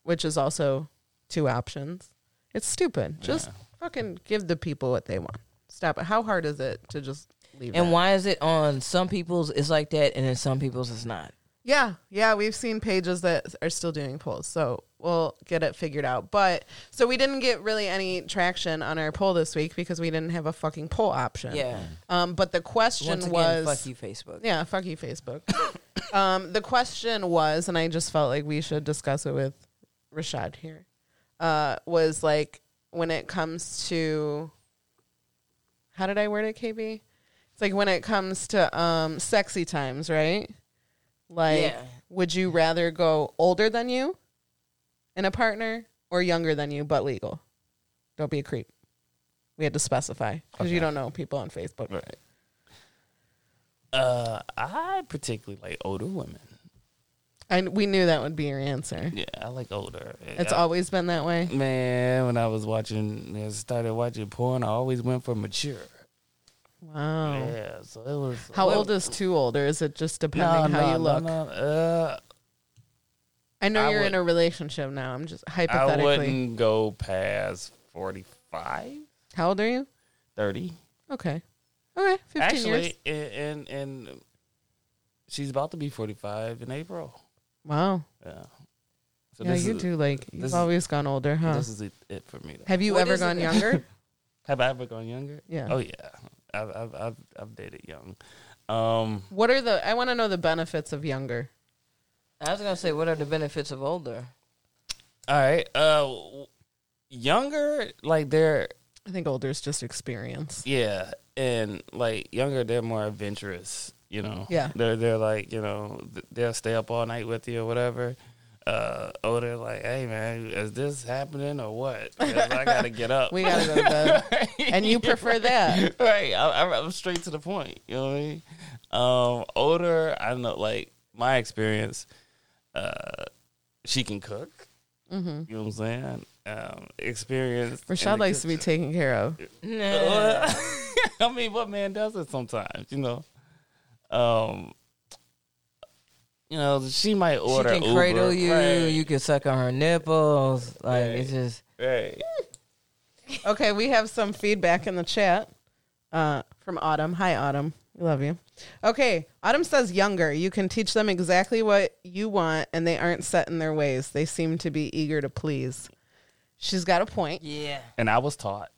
S3: which is also two options. It's stupid. Just fucking give the people what they want. Stop it. How hard is it to just leave?
S2: and
S3: that?
S2: why is it on some people's it's like that, and in some people's it's not?
S3: Yeah, yeah, we've seen pages that are still doing polls, so we'll get it figured out. But so we didn't get really any traction on our poll this week because we didn't have a fucking poll option.
S2: Yeah.
S3: Um, but the question
S2: Once again,
S3: was,
S2: fuck you, Facebook.
S3: yeah, fuck you, Facebook. um, the question was, and I just felt like we should discuss it with Rashad here. Uh, was like when it comes to how did I word it, KB? It's like when it comes to um, sexy times, right? Like,
S2: Yeah.
S3: would you rather go older than you in a partner or younger than you but legal? Don't be a creep. We had to specify because you don't know people on Facebook.
S1: Right. Uh, I particularly like older women.
S3: And we knew that would be your answer.
S1: Yeah, I like older.
S3: It's
S1: I-
S3: always been that way.
S1: man. When I was watching, when I started watching porn. I always went for mature.
S3: Wow.
S1: Yeah, so it was.
S3: How
S1: well,
S3: old is too old, or is it just
S1: No,
S3: depending
S1: no,
S3: how you look?
S1: No, no, uh,
S3: I know
S1: I
S3: you're in
S1: would-
S3: a relationship now. I'm just
S1: I
S3: hypothetically.
S1: wouldn't go past 45,
S3: How old are you?
S1: 30.
S3: Okay. Okay. 15 years.
S1: Actually, and, and and she's about to be 45 in April.
S3: Wow.
S1: Yeah. So
S3: yeah,
S1: this
S3: you
S1: is,
S3: do like, you've
S1: this is-
S3: always gone older, huh?
S1: This is it, it for me. Though.
S3: Have you
S2: What
S3: ever
S2: is it?
S3: gone younger?
S1: Have I ever gone younger?
S3: Yeah.
S1: Oh yeah, I've I've I've, I've dated young. Um,
S3: what are the, I want to know the benefits of younger.
S2: I was gonna say, what are the benefits of older?
S1: all right. Uh, w- younger like they're
S3: I think older is just experience.
S1: yeah, and like younger they're more adventurous. You know.
S3: Yeah.
S1: They're they're like you know th- they'll stay up all night with you or whatever. Uh, older like hey man, is this happening or what? 'Cause I gotta get up.
S3: We got to go to bed. and you prefer that.
S1: right. I, I, I'm straight to the point. You know what I mean? Um, older, I don't know. Like my experience, uh, she can cook.
S3: Mm-hmm.
S1: You know what I'm saying? Um, experience. in
S3: Rashad
S1: the
S3: likes to be
S1: kitchen.
S3: taken care of.
S2: Nah.
S1: I mean, what man does it sometimes? You know. Um. You know, she might order.
S2: she can
S1: Uber,
S2: cradle you.
S1: Right,
S2: You can suck on her nipples. Like it's just
S1: right.
S3: Okay, we have some feedback in the chat uh, from Autumn. Hi, Autumn. We love you. Okay, Autumn says younger. You can teach them exactly what you want, and they aren't set in their ways. They seem to be eager to please. She's got a point.
S2: yeah.
S1: And I was taught.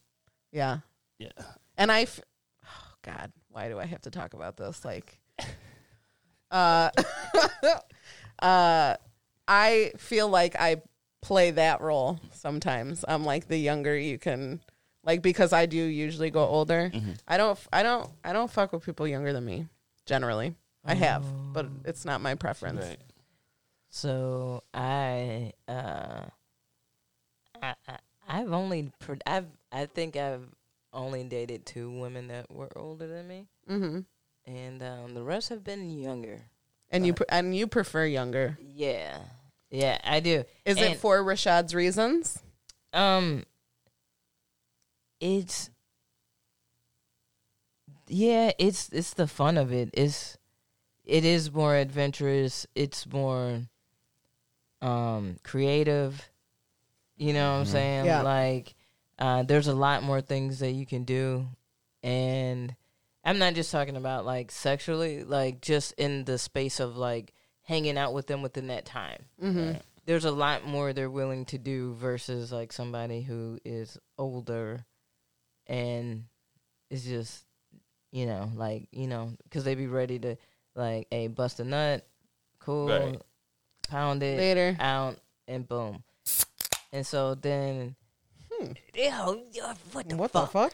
S3: Yeah.
S1: Yeah.
S3: And I, f- oh, God, why do I have to talk about this? Like, uh, uh, I feel like I play that role sometimes. I'm like the younger you can, like because I do usually go older. I don't, I don't, I don't fuck with people younger than me. Generally, I have, but
S2: Oh.
S3: it's not my preference.
S1: Right.
S2: So I, uh, I, I I've only pr- I've I think I've only dated two women that were older than me,
S3: Mm-hmm.
S2: and um, the rest have been younger.
S3: And you, pre- and you prefer younger.
S2: Yeah, yeah, I do.
S3: Is it
S2: And,
S3: for Rashad's reasons?
S2: um? It's yeah, it's it's the fun of it. It's it is more adventurous. It's more um creative. You know what I'm saying?
S3: Yeah.
S2: Like uh there's a lot more things that you can do and I'm not just talking about like sexually, like just in the space of like hanging out with them within that time.
S3: Mhm.
S2: There's a lot more they're willing to do versus like somebody who is older and is just you know, like you know, because they be ready to like, hey, bust a nut, cool,
S1: Right.
S2: pound it
S3: Later.
S2: out, and boom. And so then, yo, yo, what the
S3: What the
S2: fuck?
S3: fuck?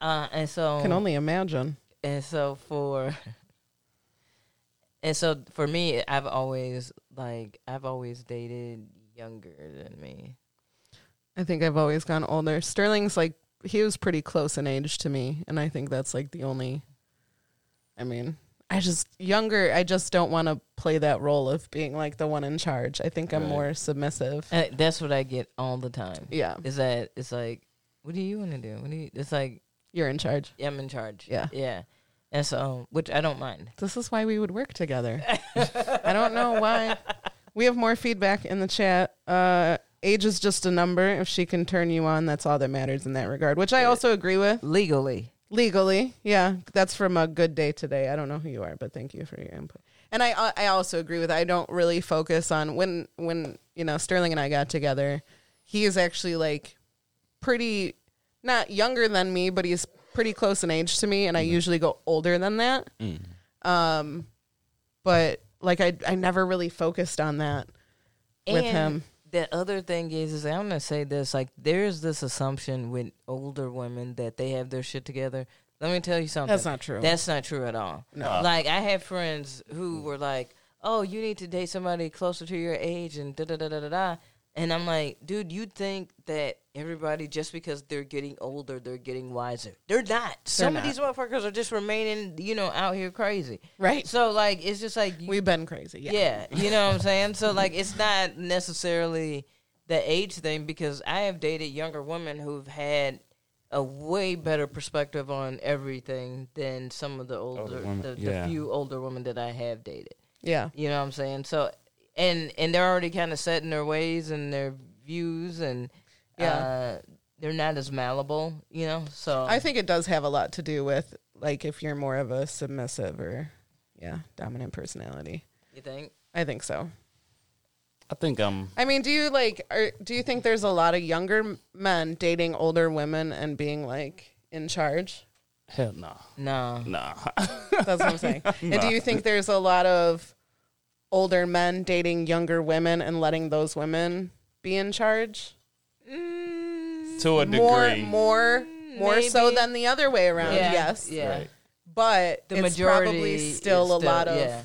S2: Uh, and so
S3: Can only imagine.
S2: and so for and so for me, I've always like I've always dated younger than me.
S3: I think I've always gone older. Sterling's like he was pretty close in age to me, and I think that's like the only. I mean, I just younger. I just don't want to play that role of being like the one in charge. I think I'm
S1: Right.
S3: more submissive.
S2: Uh, That's what I get all the time.
S3: Yeah,
S2: Is that it's like, what do you want to do? What do you? It's like
S3: you're in charge.
S2: I'm in charge.
S3: Yeah.
S2: yeah. And so, which I don't mind.
S3: This is why we would work together. I don't know why. We have more feedback in the chat. Uh, age is just a number. If she can turn you on, that's all that matters in that regard, which I also agree with.
S2: legally.
S3: Legally, yeah, that's from a good day today. I don't know who you are, but thank you for your input. And I, I also agree with. I don't really focus on when, when you know, Sterling and I got together. He is actually like pretty, not younger than me, but he's pretty close in age to me, and I usually go older than that. Um, but like I, I never really focused on that with
S2: And
S3: him.
S2: The other thing is, is I'm gonna say this: like, there's this assumption with older women that they have their shit together. Let me tell you something.
S3: That's not true.
S2: That's not true at all. No. Like, I had friends who were like, "Oh, you need to date somebody closer to your age," and da da da da da da. And I'm like, dude, you think that everybody just because they're getting older, they're getting wiser? They're not. Some
S3: not.
S2: of these motherfuckers are just remaining, you know, out here crazy.
S3: Right.
S2: So like, it's just like you-
S3: We've been crazy, yeah.
S2: yeah, you know what I'm saying? So like it's not necessarily the age thing because I have dated younger women who've had a way better perspective on everything than some of the older,
S1: women,
S2: the, the
S1: yeah.
S2: few older women that I have dated.
S3: yeah.
S2: You know what I'm saying? So and and they're already kind of set in their ways and their views and
S3: Yeah.
S2: uh they're not as malleable, you know? So
S3: I think it does have a lot to do with like if you're more of a submissive or yeah, dominant personality.
S2: you think
S3: I think so.
S1: I think I'm
S3: I mean, do you like are, do you think there's a lot of younger men dating older women and being like in charge?
S1: hell no.
S2: no.
S1: Nah.
S3: That's what I'm saying. And do you think there's a lot of older men dating younger women and letting those women be in charge?
S1: to a degree.
S3: More more more so
S2: maybe.
S3: than the other way around.
S2: Yeah,
S3: Yes.
S2: Yeah.
S1: Right.
S3: But
S2: The
S3: it's
S2: majority
S3: probably
S2: is
S3: still a lot of
S2: yeah.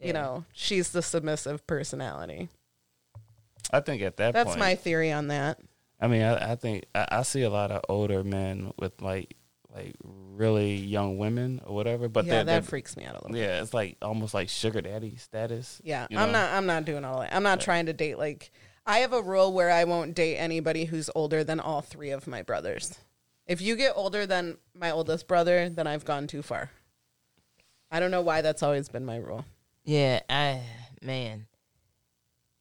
S3: you know, she's the submissive personality.
S1: I think at that
S3: That's
S1: point
S3: my theory on that.
S1: I mean, I, I think I, I see a lot of older men with like like really young women or whatever, but
S3: yeah,
S1: they're,
S3: that
S1: they're-
S3: freaks me out a little. bit.
S1: yeah, it's like almost like sugar daddy status.
S3: Yeah,
S1: you
S3: I'm
S1: know?
S3: not. I'm not doing all that. I'm not trying to date like. I have a rule where I won't date anybody who's older than all three of my brothers. If you get older than my oldest brother, then I've gone too far. I don't know why that's always been my rule.
S2: Yeah, I man,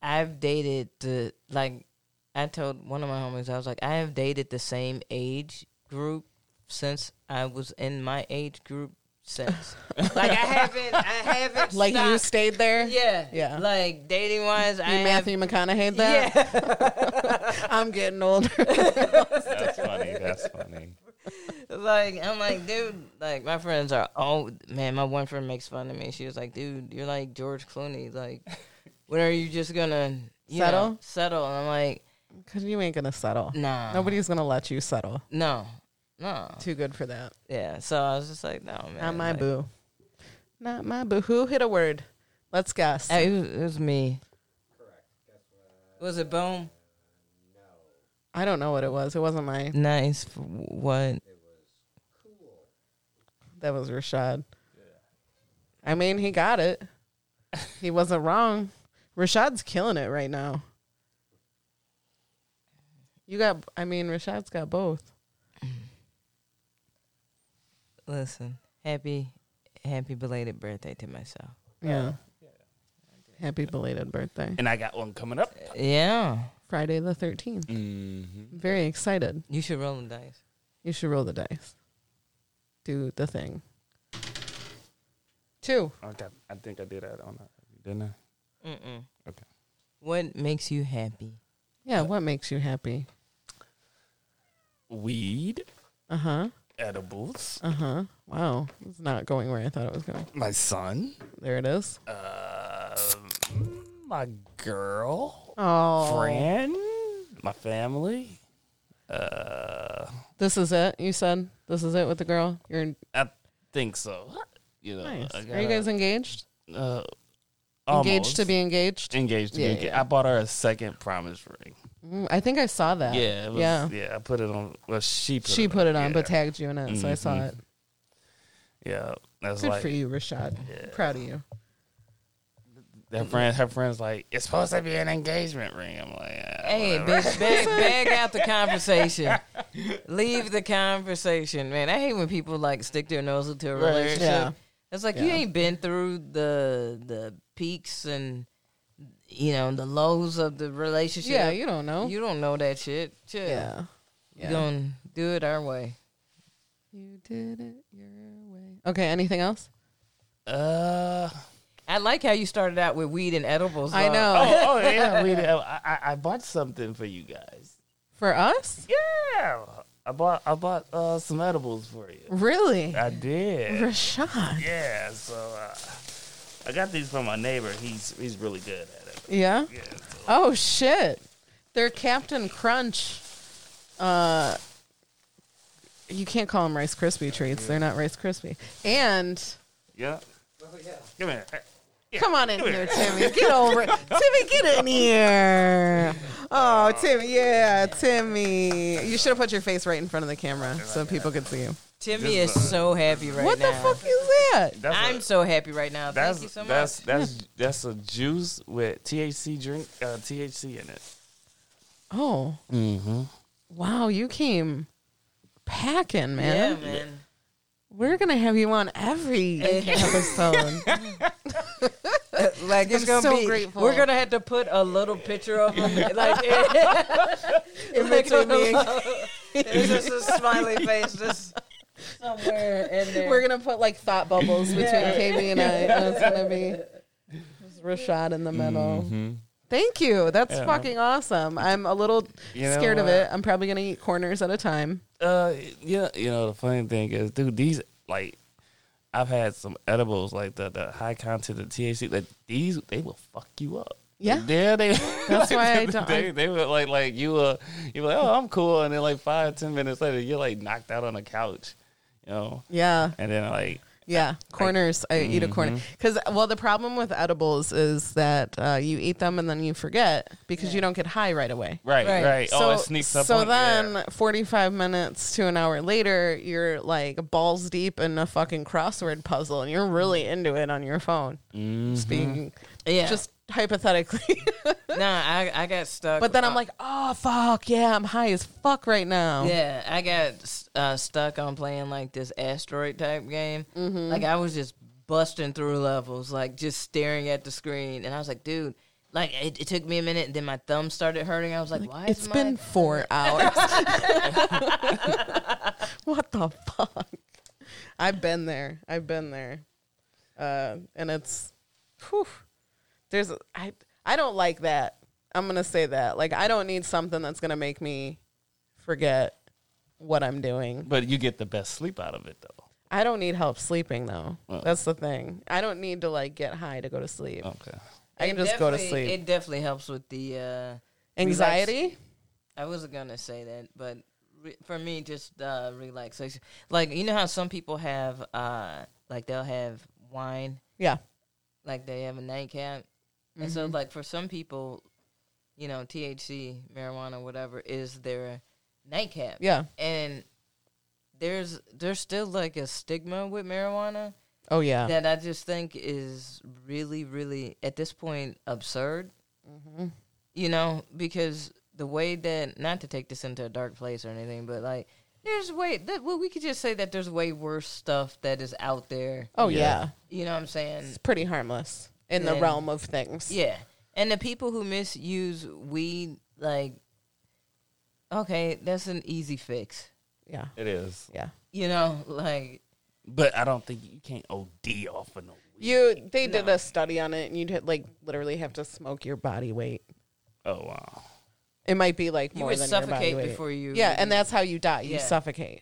S2: I've dated the like I told one of my homies I was like I have dated the same age group since I was in my age group since. like I haven't, I haven't
S3: Like you
S2: stopped.
S3: stayed there.
S2: yeah,
S3: Yeah.
S2: Like dating wise, I
S3: You
S2: have,
S3: Matthew McConaughey. That
S2: yeah,
S3: I'm getting older.
S1: That's funny. That's funny.
S2: like I'm like, dude, like my friends are all man. My one friend makes fun of me. She was like, dude, you're like George Clooney. Like, when are you just gonna you know,
S3: Settle?
S2: settle? And I'm like,
S3: Because you ain't going to settle.
S2: nah,
S3: Nobody's going to let you settle.
S2: no, no.
S3: Too good for that.
S2: Yeah. So I was just like, no, man.
S3: Not my
S2: like,
S3: boo. Not my boo. Who hit a word? Let's guess.
S2: Hey, it, was, it was me. Was it Boom?
S3: I don't know what it was. It wasn't mine.
S2: Nice. F- What?
S3: That was Rashad. I mean, he got it. He wasn't wrong. Rashad's killing it right now. You got, I mean, Rashad's got both.
S2: Listen, happy, happy belated birthday to myself.
S3: Yeah. Happy belated birthday.
S1: And I got one coming up.
S2: Yeah.
S3: Friday the 13th.
S1: Mm-hmm.
S3: Very excited.
S2: You should roll the dice.
S3: You should roll the dice. Do the thing. Two.
S1: I, got, I think I did that on a, didn't I?
S2: Mm-mm.
S1: Okay.
S2: What makes you happy?
S3: Yeah, what makes you happy?
S1: Weed,
S3: Uh huh.
S1: edibles,
S3: Uh huh. Wow. It's not going where I thought it was going.
S1: my son,
S3: There it is.
S1: uh, my girl,
S3: Oh.
S1: friend, my family. Uh,
S3: This is it, you said? This is it with the girl? You're
S1: I think so. You know,
S3: nice.
S1: I
S3: Are you
S1: gotta-
S3: guys engaged?
S1: uh,
S3: Engaged to
S1: almost.
S3: be engaged?
S1: engaged to
S3: Yeah,
S1: be engaged.
S3: yeah.
S1: I bought her a second promise ring.
S3: Mm, I think I saw that.
S1: Yeah, it was,
S3: yeah.
S1: yeah, I put it on. Well, she put
S3: She
S1: it
S3: put it on,
S1: yeah.
S3: but tagged you in it, so I saw
S1: Mhm.
S3: it.
S1: yeah, that's
S3: Good
S1: like
S3: for you, Rashad.
S1: Yeah.
S3: Proud of you.
S1: her friend. Her friend's like, it's supposed to be an engagement ring. I'm like, yeah,
S2: Hey,
S1: whatever.
S2: bitch, bag, bag out the conversation. Leave the conversation, man. I hate when people like stick their nose into a
S1: Right.
S2: relationship.
S3: Yeah.
S2: It's like you
S3: Yeah.
S2: ain't been through the the peaks and you know the lows of the relationship.
S3: Yeah, you don't know.
S2: you don't know that shit. Chill.
S3: yeah.
S2: You gonna do it our way.
S3: You did it your way. Okay, anything else?
S1: Uh,
S2: I like how you started out with weed and edibles.
S3: I
S2: though.
S3: know.
S1: oh, oh yeah, we, I, I I bought something for you guys.
S3: For us?
S1: Yeah, I bought I bought uh, some edibles for you.
S3: Really?
S1: I did.
S3: Rashad.
S1: Yeah, so uh, I got these from my neighbor. He's he's really good at it.
S3: Yeah?
S1: Yeah, so
S3: Oh shit. They're Captain Crunch. Uh you can't call them Rice Krispie treats. They're not Rice Krispie. And
S1: yeah.
S2: Oh,
S1: Come here.
S3: come on in here, Timmy. Get over it. Timmy, get in here. Oh, Timmy. Yeah, Timmy. You should have put your face right in front of the camera so people could see you.
S2: Timmy is
S1: This is a-
S2: so happy right
S3: What
S2: now.
S3: the fuck is that?
S1: That's
S2: I'm
S1: a-
S2: so happy right now.
S1: That's
S2: Thank you so much.
S1: that's that's that's a juice with THC drink uh, THC in it.
S3: Oh. Wow, you came packing, man.
S2: yeah, man.
S3: We're gonna have you on every episode.
S2: Like it's
S3: I'm
S2: gonna
S3: so
S2: be.
S3: grateful.
S2: We're gonna have to put a little picture of him, like
S3: In between me and-
S2: it's just a smiley face, just somewhere in there.
S3: We're gonna put like thought bubbles between KB and I, and it's gonna be just Rashad in the middle. Thank you. That's
S1: Mm-hmm. Yeah.
S3: fucking awesome. I'm a little
S1: You know
S3: scared of
S1: what?
S3: it. I'm probably gonna eat corners at a time.
S1: Uh, yeah, you know the funny thing is, dude, these like I've had some edibles like the the high content of THC. Like these, they will fuck you up.
S3: Yeah.
S1: yeah, they.
S3: That's why I don't-
S1: They, they were like, like you were, you were like, oh, I'm cool, and then like five, ten minutes later, you're like knocked out on the couch, you know,
S3: Yeah.
S1: and then like, mm-hmm.
S3: Yeah, corners. I, eat a corner because well, the problem with edibles is that uh, you eat them and then you forget because you don't get high right away.
S1: right,
S2: Right.
S1: right, oh, it sneaks up.
S3: So
S1: on,
S3: then,
S1: yeah.
S3: forty-five minutes to an hour later, you're like balls deep in a fucking crossword puzzle, and you're
S1: Mm.
S3: really into it on your phone. Speaking,
S1: Mm-hmm.
S2: yeah.
S3: just hypothetically.
S2: nah, I I got stuck.
S3: but then
S1: Uh.
S3: I'm like, oh fuck, yeah, I'm high as fuck right now.
S2: Yeah, I got uh, stuck on playing like this asteroid type game.
S3: Mm-hmm.
S2: Like I was just busting through levels, like just staring at the screen, and I was like, dude. Like it, it took me a minute, and then my thumb started hurting. I was like, "Why?"
S3: It's
S2: is my-
S3: been four hours. what the fuck? I've been there. I've been there. Uh, and it's, whew, there's, I, I don't like that. I'm going to say that. Like, I don't need something that's going to make me forget what I'm doing.
S1: But you get the best sleep out of it though.
S3: I don't need help sleeping though.
S1: Well. Oh.
S3: That's the thing. I don't need to like get high to go to sleep.
S1: Okay.
S3: I can
S2: It
S3: just go to
S2: definitely-
S3: sleep.
S2: It definitely helps with the uh,
S3: Anxiety?
S2: I wasn't gonna say that, but re- for me, just uh, relaxation. Like you know how some people have, uh, like they'll have wine,
S3: Yeah.
S2: like they have a nightcap, and so like for some people, you know, THC, marijuana, whatever, is their nightcap.
S3: Yeah.
S2: and there's there's still like a stigma with marijuana
S3: Oh yeah.
S2: that I just think is really, really at this point absurd.
S3: Mm-hmm.
S2: You know, because the way that not to take this into a dark place or anything, but like there's way that well, we could just say that there's way worse stuff that is out there.
S3: oh
S1: Yeah.
S3: yeah.
S2: You know what I'm saying?
S3: It's pretty harmless in the
S2: Yeah.
S3: realm of things.
S2: Yeah. And the people who misuse weed, like, okay, that's an easy fix.
S3: Yeah.
S1: It is.
S3: Yeah.
S2: You know, like,
S1: But I don't think you can't OD off of no weed.
S3: You they did a study on it and you'd like literally have to smoke your body weight.
S1: Oh wow.
S3: It might be like
S2: You
S3: more
S2: would
S3: than your body
S2: suffocate
S3: weight.
S2: before you
S3: Yeah,
S2: even-
S3: and that's how you die. You
S2: Yeah.
S3: suffocate.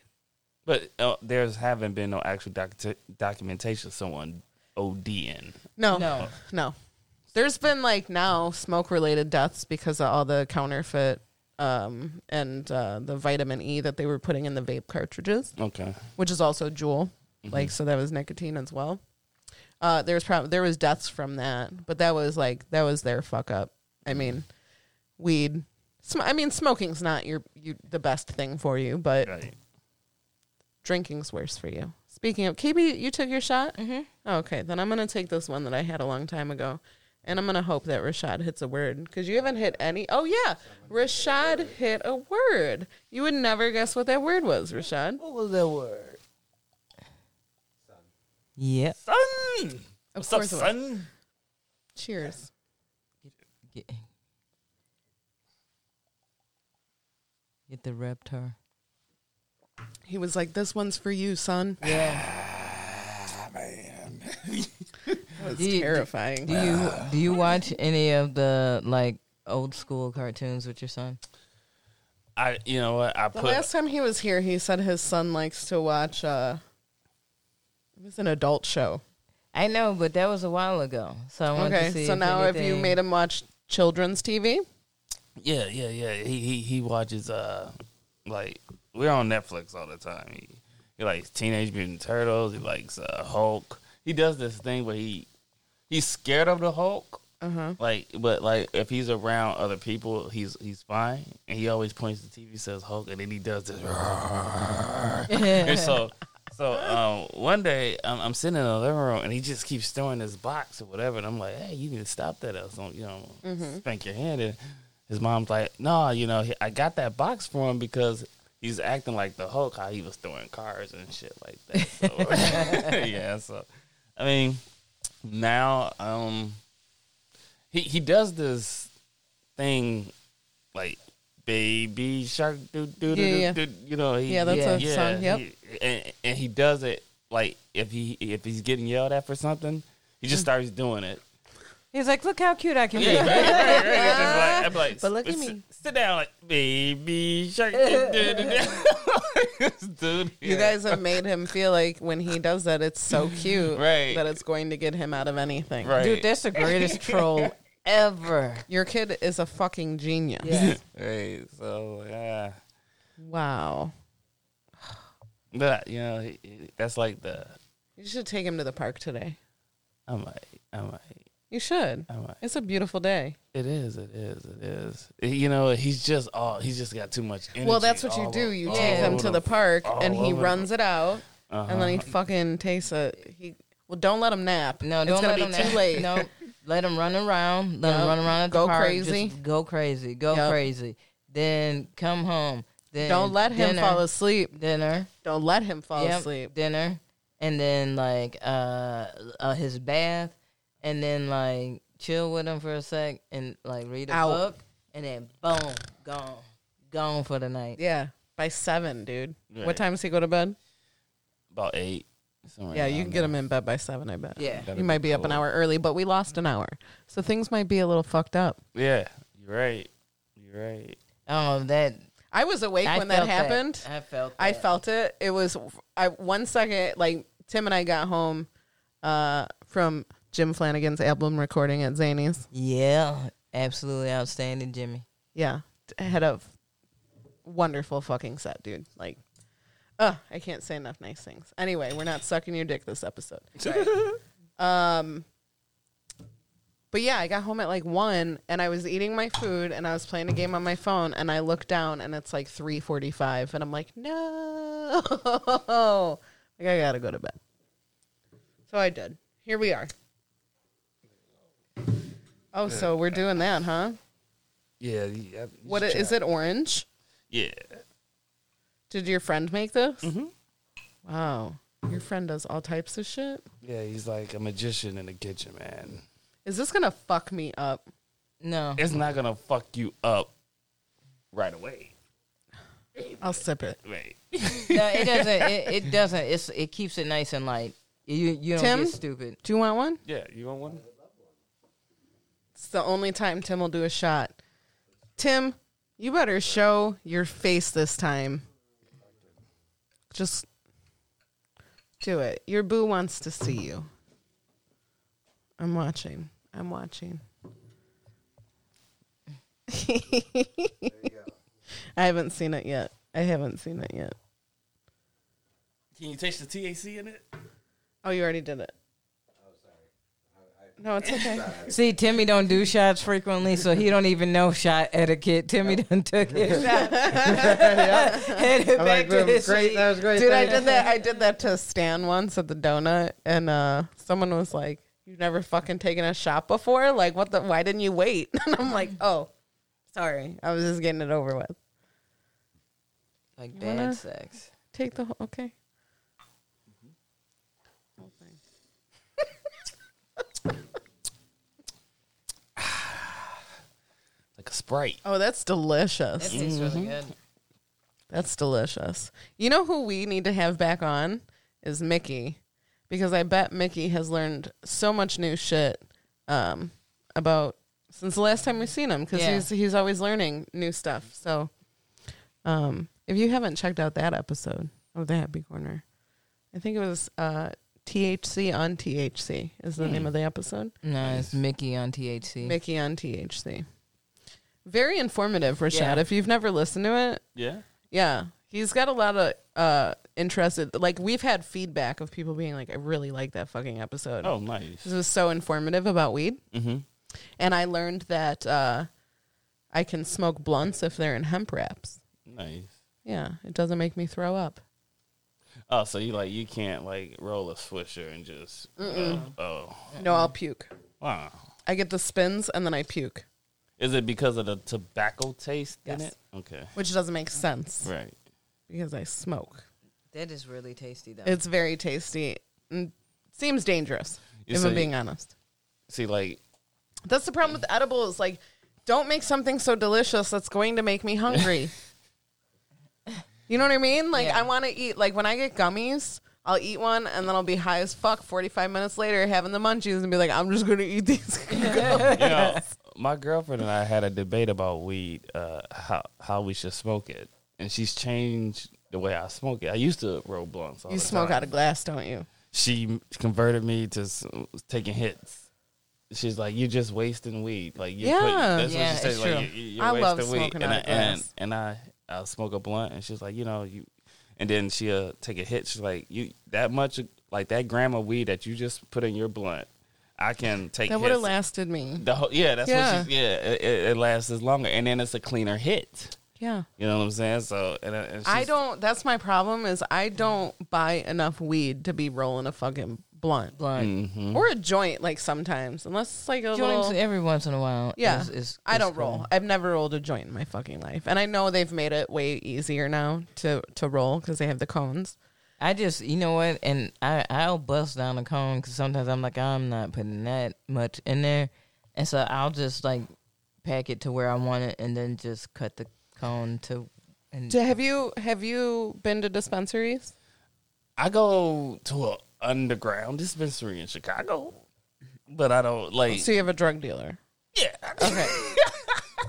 S1: But uh, there's haven't been no actual docu- documentation of someone ODing.
S2: No.
S3: No, no, no. There's been like now smoke related deaths because of all the counterfeit um, and uh, the vitamin E that they were putting in the vape cartridges,
S1: Okay.
S3: which is also Juul. Like so, that was nicotine as well. Uh, there was prob- there was deaths from that, but that was like that was their fuck up. I mean, weed. Sm- I mean, smoking's not your you the best thing for you, but
S1: Right.
S3: drinking's worse for you. Speaking of, KB, you took your shot? Mm-hmm. Okay, then I'm going to take this one that I had a long time ago. And I'm going to hope that Rashad hits a word because you haven't hit any. Oh, yeah. Rashad hit a word. You would never guess what that word was, Rashad.
S2: what was that word? Yeah.
S1: Son. What's up,
S3: course it was.
S1: son?
S3: Cheers.
S2: Get, get the Reptar.
S3: He was like, This one's for you, son.
S2: Yeah. Ah,
S3: That's
S2: Do you-
S3: terrifying.
S2: Do you do you watch any of the like old school cartoons with your son?
S1: I you know what I
S3: the
S1: put
S3: last time he was here, he said his son likes to watch. Uh, it was an adult show.
S2: I know, but that was a while ago. So I wanted to
S3: Okay,
S2: see
S3: so
S2: if
S3: now if
S2: anything,
S3: you made him watch children's TV,
S1: Yeah, yeah, yeah. He he he watches uh like we're on Netflix all the time. He he likes Teenage Mutant Turtles, he likes uh Hulk. He does this thing where he he's scared of the Hulk.
S3: Uh-huh.
S1: Like but like if he's around other people, he's he's fine. And he always points to TV says Hulk and then he does this and so so um, one day I'm, I'm sitting in the living room and he just keeps throwing this box or whatever and I'm like, hey, you need to stop that else don't you know
S3: Mm-hmm.
S1: spank your hand. And his mom's like, no, you know, he, I got that box for him because he's acting like the Hulk, how he was throwing cars and shit like that. So, yeah, so I mean, now um, he he does this thing like baby shark do do do
S3: Yeah,
S1: do,
S3: yeah.
S1: do you know he,
S3: Yeah, that's
S2: Yeah.
S3: a song. Yep.
S1: he- and, and he does it like if he if he's getting yelled at for something, he
S3: Mm.
S1: just starts doing it.
S2: He's like, look how cute I can
S1: Yeah,
S2: be.
S1: right, right, right. It's just like- I'm like,
S3: But look at
S1: sit-
S3: me.
S1: Sit down, like baby shark. do, do, do, do." Dude,
S3: You guys have made him feel like when he does that, it's so cute
S1: Right.
S3: that it's going to get him out of anything.
S1: right?
S2: Dude, that's the greatest troll ever.
S3: Your kid is a fucking genius.
S2: Yeah.
S1: right. So yeah,
S3: Wow.
S1: but you know he- he- that's like the
S3: You should take him to the park today.
S1: I might, I might,
S3: You should.
S1: I might.
S3: It's a beautiful day.
S1: It is, it is, it is. You know, he's just all he's just got too much energy.
S3: well, that's what you
S1: all
S3: do.
S1: o-
S3: You
S1: all
S3: take him
S1: over
S3: to the park
S1: all
S3: and he
S1: over the-
S3: runs it out
S1: Uh-huh.
S3: and then he fucking takes it. He well, don't let him nap.
S2: No,
S3: it's
S2: don't let
S3: gonna be
S2: him
S3: too
S2: that-
S3: late.
S2: No, let him run around. Let him
S3: Yep.
S2: run around. At the
S3: Go
S2: park.
S3: crazy.
S2: Just go crazy. Go
S3: Yep.
S2: crazy. Then come home. Then
S3: Don't let him
S2: dinner,
S3: fall asleep.
S2: Dinner.
S3: Don't let him fall
S2: Yep,
S3: asleep.
S2: Dinner, and then like uh, uh his bath, and then like chill with him for a sec, and like read a
S3: Out.
S2: book, and then boom, gone, gone for the night.
S3: Yeah, by seven, dude.
S1: Right.
S3: What time does he go to bed?
S1: about eight. somewhere
S3: yeah,
S1: around
S3: you can
S1: there.
S3: get him in bed by seven. I bet.
S2: Yeah.
S1: That'd
S3: You might be up an
S1: cool.
S3: hour early, but we lost an hour. So things might be a little fucked up.
S1: Yeah, you're right. You're right.
S2: Um, that
S3: I was awake
S2: I
S3: when that
S2: felt that.
S3: happened.
S2: I felt
S3: I
S2: that.
S3: felt it. It was I one second like Tim and I got home uh, from Jim Flanagan's album recording at Zany's.
S2: Yeah, absolutely outstanding, Jimmy.
S3: Yeah, had a wonderful fucking set, dude. Like, uh, I can't say enough nice things. Anyway, we're not sucking your dick this episode. um, but yeah, I got home at like one, and I was eating my food, and I was playing a game on my phone, and I look down, and it's like three forty-five, and I'm like, no, like I gotta go to bed. So I did. Here we are. Oh, so we're doing that, huh?
S1: Yeah. yeah
S3: What i- is it? Orange?
S1: Yeah.
S3: Did your friend make this? Mm-hmm. Wow, your friend does all types of shit.
S1: Yeah, he's like a magician in the kitchen, man.
S3: Is this gonna fuck me up?
S2: No,
S1: It's not gonna fuck you up right away.
S3: I'll sip it.
S1: Wait.
S2: no, it doesn't. It, it doesn't. It's it keeps it nice and light. You you don't
S3: Tim?
S2: get stupid.
S3: Do you want one?
S1: Yeah, you want one?
S3: It's the only time Tim will do a shot. Tim, you better show your face this time. Just do it. Your boo wants to see you. I'm watching. I'm watching. I haven't seen it yet. I haven't seen it yet.
S1: Can you taste the TAC in it?
S3: Oh, you already did it. No, it's okay.
S2: See, Timmy don't do shots frequently, so he don't even know shot etiquette. Timmy done took his shot, headed back
S4: I'm like,
S2: to
S4: boom,
S2: his
S4: great, uh,
S2: seat.
S4: that was great.
S3: Dude, I
S4: thanks.
S3: did that. I did that to Stan once at the donut, and uh, someone was like, "You've never fucking taken a shot before? Like, what the? Why didn't you wait?" And I'm like, "Oh, sorry, I was just getting it over with.
S2: Like
S3: wanna-
S2: dad sex.
S3: Take the whole okay." Whole thing.
S1: Like a Sprite.
S3: Oh, that's delicious.
S2: That tastes really good.
S3: That's delicious. You know who we need to have back on is Mickey, because I bet Mickey has learned so much new shit um, about since the last time we've seen him. Because
S2: Yeah.
S3: he's he's always learning new stuff. So, um, if you haven't checked out that episode of the Happy Corner, I think it was uh, THC on THC is the
S2: Hmm.
S3: name of the episode.
S2: No, it's Mickey on THC.
S3: Mickey on THC. Very informative, Rashad.
S2: Yeah.
S3: If you've never listened to it,
S1: Yeah.
S3: yeah. He's got a lot of uh interested like we've had feedback of people being like, I really like that fucking episode.
S1: Oh, nice.
S3: This was so informative about weed.
S1: Mm-hmm.
S3: And I learned that uh I can smoke blunts if they're in hemp wraps.
S1: Nice.
S3: Yeah. It doesn't make me throw up.
S1: Oh, so you like you can't like roll a swisher and just oh, oh
S3: No, I'll puke.
S1: wow.
S3: I get the spins and then I puke.
S1: Is it because of the tobacco taste in
S3: Yes.
S1: it? Okay.
S3: Which doesn't make sense
S1: Right.
S3: because I smoke.
S2: That is really tasty though.
S3: It's very tasty and seems dangerous,
S1: You
S3: if
S1: say-
S3: I'm being honest.
S1: See, like
S3: That's the problem with edibles. Like, don't make something so delicious that's going to make me hungry. you know what I mean? Like,
S2: Yeah.
S3: I want to eat. Like, when I get gummies, I'll eat one and then I'll be high as fuck 45 minutes later having the munchies and be like, I'm just going to eat these.
S1: you know, my girlfriend and I had a debate about weed, uh, how how we should smoke it, and she's changed the way I smoke it. I used to roll blunts. All
S3: you
S1: the
S3: smoke
S1: time.
S3: out of glass, don't you?
S1: She converted me to s- taking hits. She's like, you're just wasting weed. Like, you put,
S3: Yeah.
S1: that's
S2: Yeah,
S1: what she says.
S2: it's
S1: Like,
S2: true.
S1: you, you're
S3: I
S1: wasting
S3: love
S1: weed.
S3: smoking
S1: and
S3: out
S1: I,
S3: of
S1: and,
S3: glass.
S1: and I, I'll smoke a blunt, and she's like, you know, you. And then she'll take a hit. She's like, you that much, like that gram of weed that you just put in your blunt, I can take.
S3: That would have
S1: hits
S3: lasted me.
S1: the whole, yeah, that's
S3: Yeah.
S1: what she, yeah, it, it it lasts as longer, and then it's a cleaner hit.
S3: Yeah.
S1: You know what I'm saying? So, and, uh, and she's-
S3: I don't, that's my problem is I don't buy enough weed to be rolling a fucking blunt.
S2: blunt.
S4: Mm.
S3: Or a joint, like sometimes, unless it's like a little.
S2: Joints every once in a while.
S3: Yeah.
S2: is- is-
S3: I
S2: is
S3: don't
S2: cool.
S3: roll. I've never rolled a joint in my fucking life. And I know they've made it way easier now to, to roll because they have the cones.
S2: I just, you know what, and I I'll bust down a cone because sometimes I'm like I'm not putting that much in there, and so I'll just like pack it to where I want it, and then just cut the cone to. And
S3: Do- have you have you been to dispensaries?
S1: I go to a underground dispensary in Chicago, but I don't like.
S3: So you have a drug dealer.
S1: yeah,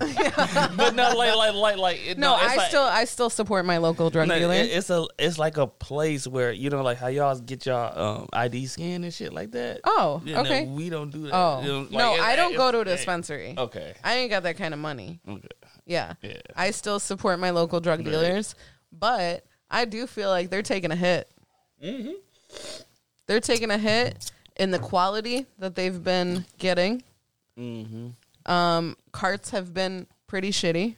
S3: Okay.
S1: but no, like, like, like, like. it-
S3: No,
S1: it's
S3: I
S1: like-
S3: still I still support my local drug
S1: no, it-
S3: dealer.
S1: it's a, it's like a place where you know, like how y'all get y'all um, ID scan and shit like that.
S3: Oh,
S1: You know,
S3: okay.
S1: we don't do that.
S3: oh
S1: You know, like,
S3: no,
S1: it-
S3: I don't
S1: it-
S3: go to a
S1: it-
S3: dispensary.
S1: Okay.
S3: I ain't got that kind of money.
S1: Okay.
S3: Yeah.
S1: Yeah.
S3: I still support my local drug dealers, but I do feel like they're taking a hit.
S1: Mm-hmm.
S3: They're taking a hit in the quality that they've been getting.
S1: Mm-hmm.
S3: Um, carts have been pretty shitty.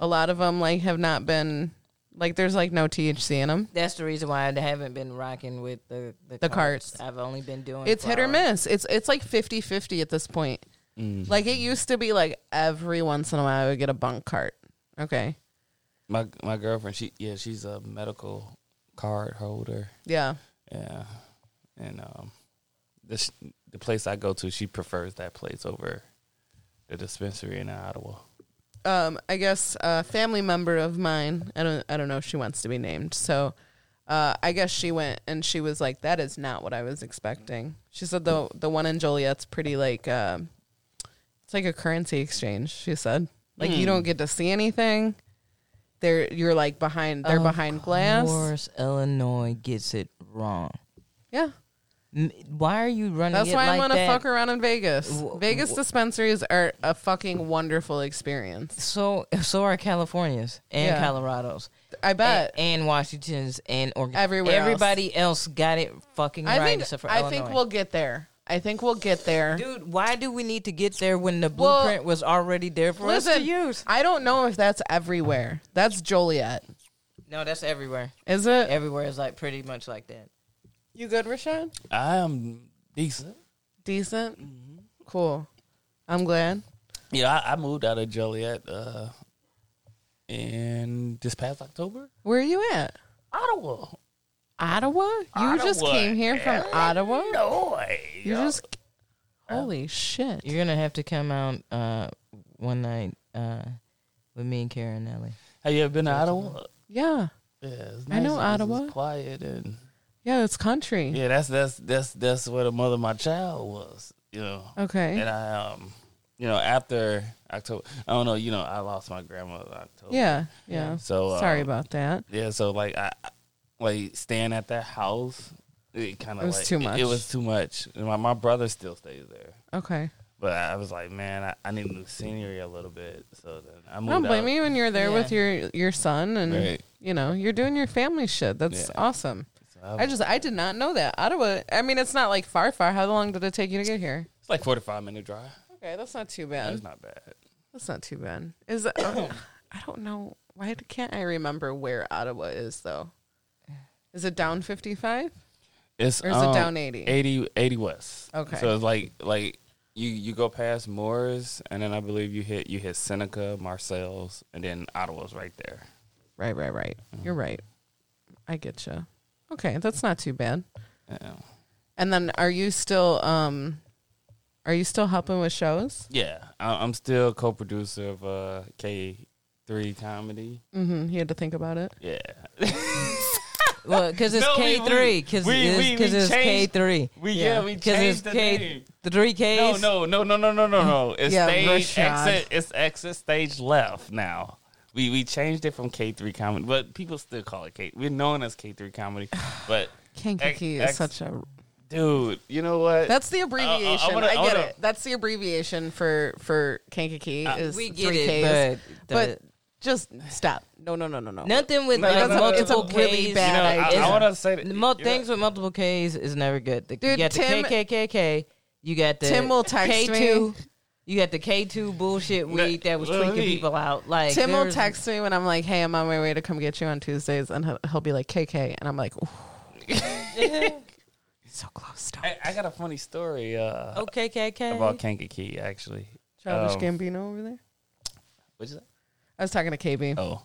S3: A lot of them like have not been like there's like no THC in them.
S2: That's the reason why I haven't been rocking with the the,
S3: The carts.
S2: I've only been doing
S3: It's hit or
S2: flower.
S3: miss. It's it's like 50-50 at this point.
S2: Mm.
S3: Like it used to be like every once in a while I would get a bunk cart. Okay.
S1: My my girlfriend, she yeah, she's a medical card holder.
S3: Yeah.
S1: Yeah, and um, this the place I go to, she prefers that place over the dispensary in Ottawa.
S3: um, I guess a family member of mine. I don't I don't know if she wants to be named. So uh, I guess she went and she was like, "That is not what I was expecting." She said the the one in Joliet's pretty like um it's like a currency exchange. She said like you
S2: Hmm.
S3: don't get to see anything. They're you're like behind they're
S2: Of
S3: behind glass.
S2: course, Illinois gets it wrong.
S3: Yeah,
S2: M- Why are you running?
S3: that's
S2: it
S3: why I
S2: like
S3: want to
S2: that?
S3: fuck around in Vegas.
S2: Wh-
S3: Vegas dispensaries are a fucking wonderful experience.
S2: So so are Californians and
S3: Yeah.
S2: Colorados
S3: I bet.
S2: a- and, Washingtons and Oregon.
S3: Everywhere else.
S2: Everybody else. got it fucking
S3: I
S2: right
S3: think
S2: except for
S3: I
S2: Illinois.
S3: think we'll get there. I think we'll get there.
S2: Dude, why do we need to get there when the
S3: Well,
S2: blueprint was already there for us to use?
S3: I don't know if that's everywhere. That's Joliet.
S2: No, that's everywhere.
S3: Is it?
S2: Everywhere is like pretty much like that.
S3: You good, Rashad?
S1: I am decent.
S3: Decent.
S2: Mm-hmm.
S3: Cool. I'm glad.
S1: Yeah, I, I moved out of Joliet uh, in this past October.
S3: Where are you at?
S1: Ottawa,
S3: Ottawa? You just
S1: Ottawa.
S3: came here from Ottawa?
S1: Illinois.
S3: You just
S2: Oh.
S3: Holy shit.
S2: You're gonna have to come out uh, one night uh, with me and Karen Ellie.
S1: Have you ever been to Ottawa?
S3: Yeah.
S1: Yeah, it's
S3: I know
S1: nice. It's- it's
S3: Ottawa.
S1: quiet and
S3: Yeah, it's country.
S1: yeah, that's that's that's that's where the mother of my child was. You know.
S3: Okay.
S1: And I, um, you know, after October, I don't know, you know, I lost my grandma in October.
S3: Yeah. Yeah.
S1: So uh,
S3: Sorry about that.
S1: Yeah. So like I, like staying at that house, it kind of
S3: It was
S1: like,
S3: too
S1: it-
S3: much.
S1: It, was too much. And my my brother still stays there,
S3: Okay.
S1: but I, I was like, man, I, I need a new scenery a little bit. So then I
S3: I
S1: moved.
S3: don't blame
S1: out.
S3: me when you're there
S2: Yeah.
S3: with your your son and
S1: Right.
S3: you know, you're doing your family shit. That's
S1: Yeah.
S3: awesome.
S1: So I,
S3: I just I did not know that. Ottawa I mean it's not like far far. How long did it take you to get here?
S1: it's like forty five minute drive.
S3: Okay, that's not too
S1: That's
S3: bad.
S1: not bad.
S3: That's not too bad. Is uh, I don't know why d- can't I remember where Ottawa is though? Is it down fifty five?
S1: It's
S3: Or is it
S1: um,
S3: down 80?
S1: 80, 80 west.
S3: Okay.
S1: So it's like like you you go past Moore's and then I believe you hit you hit Seneca, Marcel's, and then Ottawa's right there.
S3: Right, right, right. You're right. I get you. Okay, that's not too bad.
S1: Yeah.
S3: And then are you still um, are you still helping with shows?
S1: Yeah, I, I'm still co-producer of uh, K3 comedy.
S3: Mm-hmm. You had to think about it.
S1: Yeah.
S2: Well, because it's
S1: No, we-
S2: K three. Because
S1: we- we- we
S2: it's K
S1: changed-
S2: three.
S1: We yeah, we
S2: it's
S1: changed the
S2: K
S1: name.
S2: three
S1: No,
S2: Ks.
S1: no, no, no, no, no, no, no. It's
S3: Yeah,
S1: stage
S3: Rashad.
S1: exit. It's exit stage left now. We we changed it from K3 comedy, but people still call it K. We're known as K3 comedy, but
S3: Kankakee
S1: Ex-
S3: is such a
S1: dude, you know what?
S3: That's the
S1: I-
S3: abbreviation. I,
S1: I wanna- I
S3: get
S1: wanna- Uh,
S3: it. That's the abbreviation for for Kankakee is
S2: we get
S3: three
S2: it,
S3: Ks.
S2: but the-
S3: just stop. No, no, no, no, no.
S2: nothing with
S1: No,
S2: like,
S1: that's a- it's a
S2: multiple
S3: really
S2: Ks.
S1: you know,
S3: bad
S1: I,
S3: idea.
S1: I want to say that
S2: Mo-
S1: you know-
S2: things with multiple Ks is never good. The, you
S3: Dude,
S2: got
S3: Tim-
S2: the KKKK. You got the
S3: Tim will text
S2: K2.
S3: me.
S2: You got the K two bullshit weed that was
S1: well,
S2: tweaking
S1: me-
S2: people out. Like
S3: Tim will
S2: there's-
S3: text me when I'm like, "Hey, I'm on my way to come get you on Tuesdays," and he'll, he'll be like, "KK," and I'm like, Ooh. "So close." Stop.
S1: I, I got a funny story uh,
S2: Oh KKK.
S1: about Kankakee actually.
S3: Childish
S1: Um,
S3: Gambino over there.
S1: What'd you say?
S3: I was talking to KB.
S1: Oh,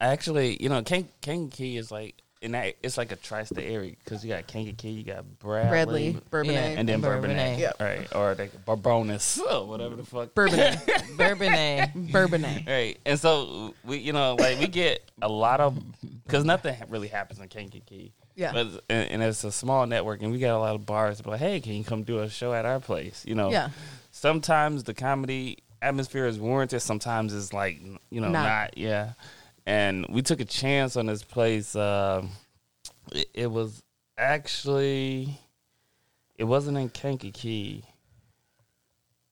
S1: actually, you know, Ken- Kankakee is like in that it's like a tri-state area because you got Kankakee, you got Bradley,
S3: Bradley Bourbonnais.
S2: Yeah.
S1: and then Bourbonnais,
S2: Bourbonnais.
S1: All right, or they Barbonis, or Oh, whatever the fuck.
S3: Bourbonnais.
S2: Bourbonnais.
S3: Bourbonnais.
S1: Right, and so we, you know, like we get a lot of because nothing ha- really happens in Kankakee.
S3: Yeah.
S1: but it's- and, and it's a small network, and we got a lot of bars. But like, hey, can you come do a show at our place? You know,
S3: Yeah.
S1: Sometimes the comedy atmosphere is warranted. Sometimes it's like you know
S3: Not.
S1: not, yeah. And we took a chance on this place. Um, it, it was actually it wasn't in Kankakee,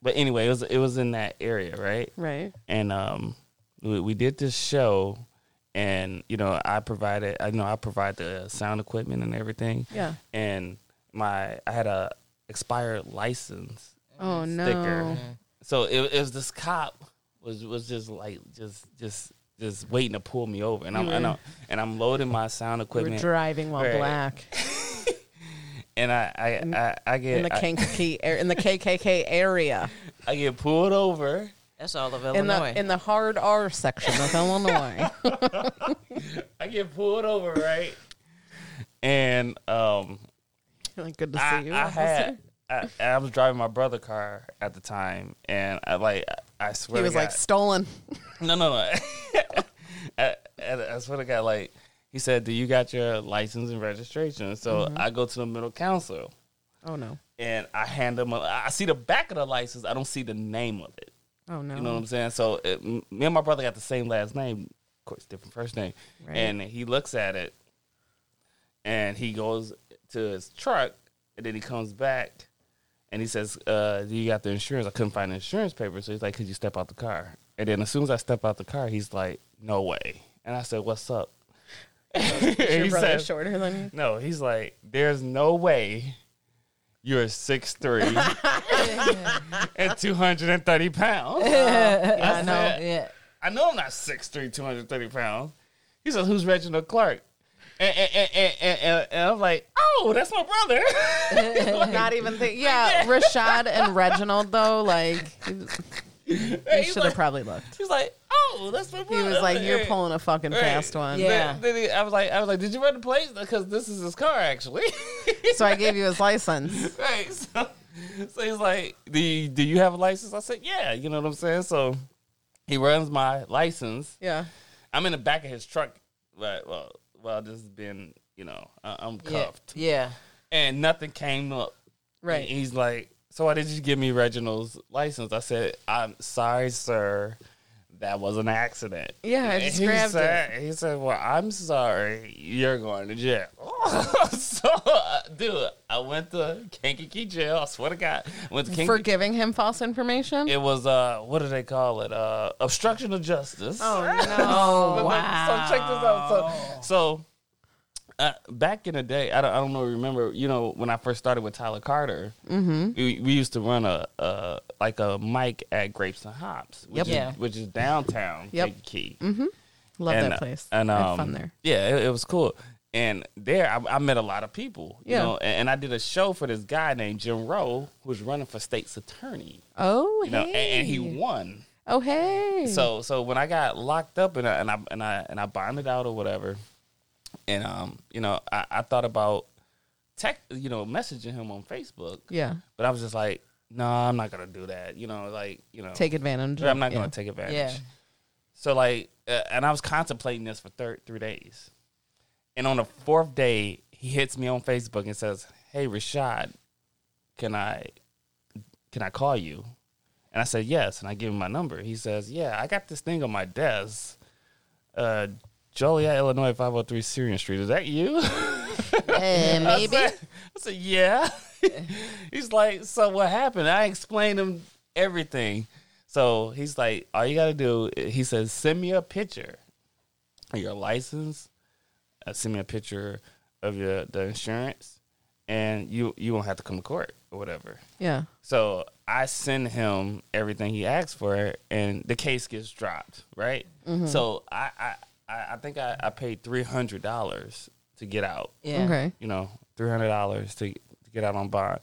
S1: but anyway, it was it was in that area, right?
S3: Right.
S1: and um, we, we did this show, and you know, I provided, I know I provide the sound equipment and everything.
S3: Yeah.
S1: And my, I had a expired license
S3: Oh no.
S1: sticker, so it, it was this cop was was just like just just just waiting to pull me over, and I'm and I'm, and I'm loading my sound
S3: We We're
S1: equipment,
S3: driving while
S1: Right.
S3: black
S1: and I I I, I get
S3: in the
S1: I-
S3: Kankakee ar- in the KKK area
S1: I get pulled over.
S2: That's all of
S3: in
S2: Illinois.
S3: the in the hard R section of Illinois.
S1: I get pulled over, right? And um,
S3: Like, Good to see
S1: I,
S3: you.
S1: I
S3: officer.
S1: had I, I was driving my brother car at the time, and I like I I
S3: he
S1: swear to
S3: was
S1: God,
S3: like stolen.
S1: no no no. I, I I swear to God, like he said, "Do you got your license and registration?" So
S3: Mm-hmm.
S1: I go to the middle council
S3: Oh no.
S1: and I hand them. A, I see the back of the license. I don't see the name of it.
S3: Oh no.
S1: You know what I'm saying? So it, m- me and my brother got the same last name, of course, different first name.
S3: Right.
S1: And he looks at it, and he goes to his truck, and then he comes back, and he says, uh, "Do you got the insurance?" I couldn't find the insurance paper, so he's like, "Could you step out the car?" And then as soon as I step out the car, he's like, "No way!" And I said, "What's up?"
S3: Your
S1: he
S3: brother's
S1: said,
S3: shorter than you.
S1: "No." He's like, "There's no way." You're six three and two hundred and thirty pounds.
S2: yeah, I know.
S1: said-
S2: Oh, Yeah.
S1: I know I'm not 6'3", 230 pounds. He says, who's Reginald Clark? And, and, and, and, and, and- and I'm like, oh, that's my brother.
S3: Not even think. Yeah, Rashad and Reginald though, like you
S1: he's,
S3: should have
S1: like,
S3: probably looked.
S1: he's like, oh, that's my
S3: He
S1: brother.
S3: was like, "You're
S1: Hey.
S3: pulling a fucking
S1: Hey.
S3: fast one."
S2: Yeah.
S1: Then, then he, I was like, I was like, did you run the plates? Because this is his car, actually.
S3: So I gave you his license.
S1: right. So, so he's like, do you, do you have a license? I said, yeah. You know what I'm saying? So he runs my license.
S3: Yeah.
S1: I'm in the back of his truck. Right. Well, well, this has been, you know, I, I'm
S2: Yeah.
S1: cuffed.
S2: Yeah.
S1: and nothing came up.
S3: Right.
S1: And he's like, "So why did you give me Reginald's license?" I said, "I'm sorry, sir, that was an accident."
S3: Yeah, I
S1: And
S3: just
S1: he
S3: grabbed
S1: said, it. He said, "Well, I'm sorry, you're going to jail." so, uh, dude, I went to Kankakee jail. I swear to God, I went to
S3: For
S1: Kankakee.
S3: giving him false information.
S1: it was uh, what do they call it? Uh, obstruction of justice.
S3: Oh, no.
S1: But, like, So check this out. So, so uh, back in the day, I don't, I don't know. Remember, you know, when I first started with Tyler Carter,
S3: Mm-hmm.
S1: we, we used to run a, a like a mic at Grapes and Hops, which,
S3: Yep.
S1: is,
S2: Yeah.
S1: which is downtown
S3: Yep. Mm-hmm.
S1: Key.
S3: Love
S1: And,
S3: that
S1: uh,
S3: place.
S1: And um,
S3: I had fun there.
S1: Yeah, it, it was cool. And there, I, I met a lot of people. You
S3: Yeah.
S1: know, and, and I did a show for this guy named Jim Rowe, who's running for state's attorney.
S3: Oh
S1: You know,
S3: hey.
S1: and, and he won.
S3: oh hey.
S1: So so when I got locked up and I and I and I, and I bonded out or whatever, and um, you know, I, I thought about tech, you know, messaging him on Facebook.
S3: yeah.
S1: But I was just like, no, I'm not gonna do that. You know, like you know,
S3: Take advantage. of-
S1: I'm not
S3: yeah.
S1: gonna take advantage.
S2: Yeah.
S1: So like, uh, and I was contemplating this for thir- three days, and on the fourth day, he hits me on Facebook and says, "Hey, Rashad, can I, can I call you?" And I said yes, and I give him my number. He says, "Yeah, I got this thing on my desk, uh, Joliet, Illinois, five hundred three Syrian Street. Is that you?"
S2: Eh, maybe.
S1: I said, I said, yeah. he's like, so what happened? I explained him everything. So he's like, all you got to do, he says, send me a picture of your license, uh, send me a picture of your the insurance, and you you won't have to come to court or whatever.
S3: Yeah.
S1: So I send him everything he asked for, and the case gets dropped, right? So I, I I I think I, I paid three hundred dollars to get out
S2: Yeah.
S3: Okay.
S1: you know, three hundred dollars to, to get out on bond.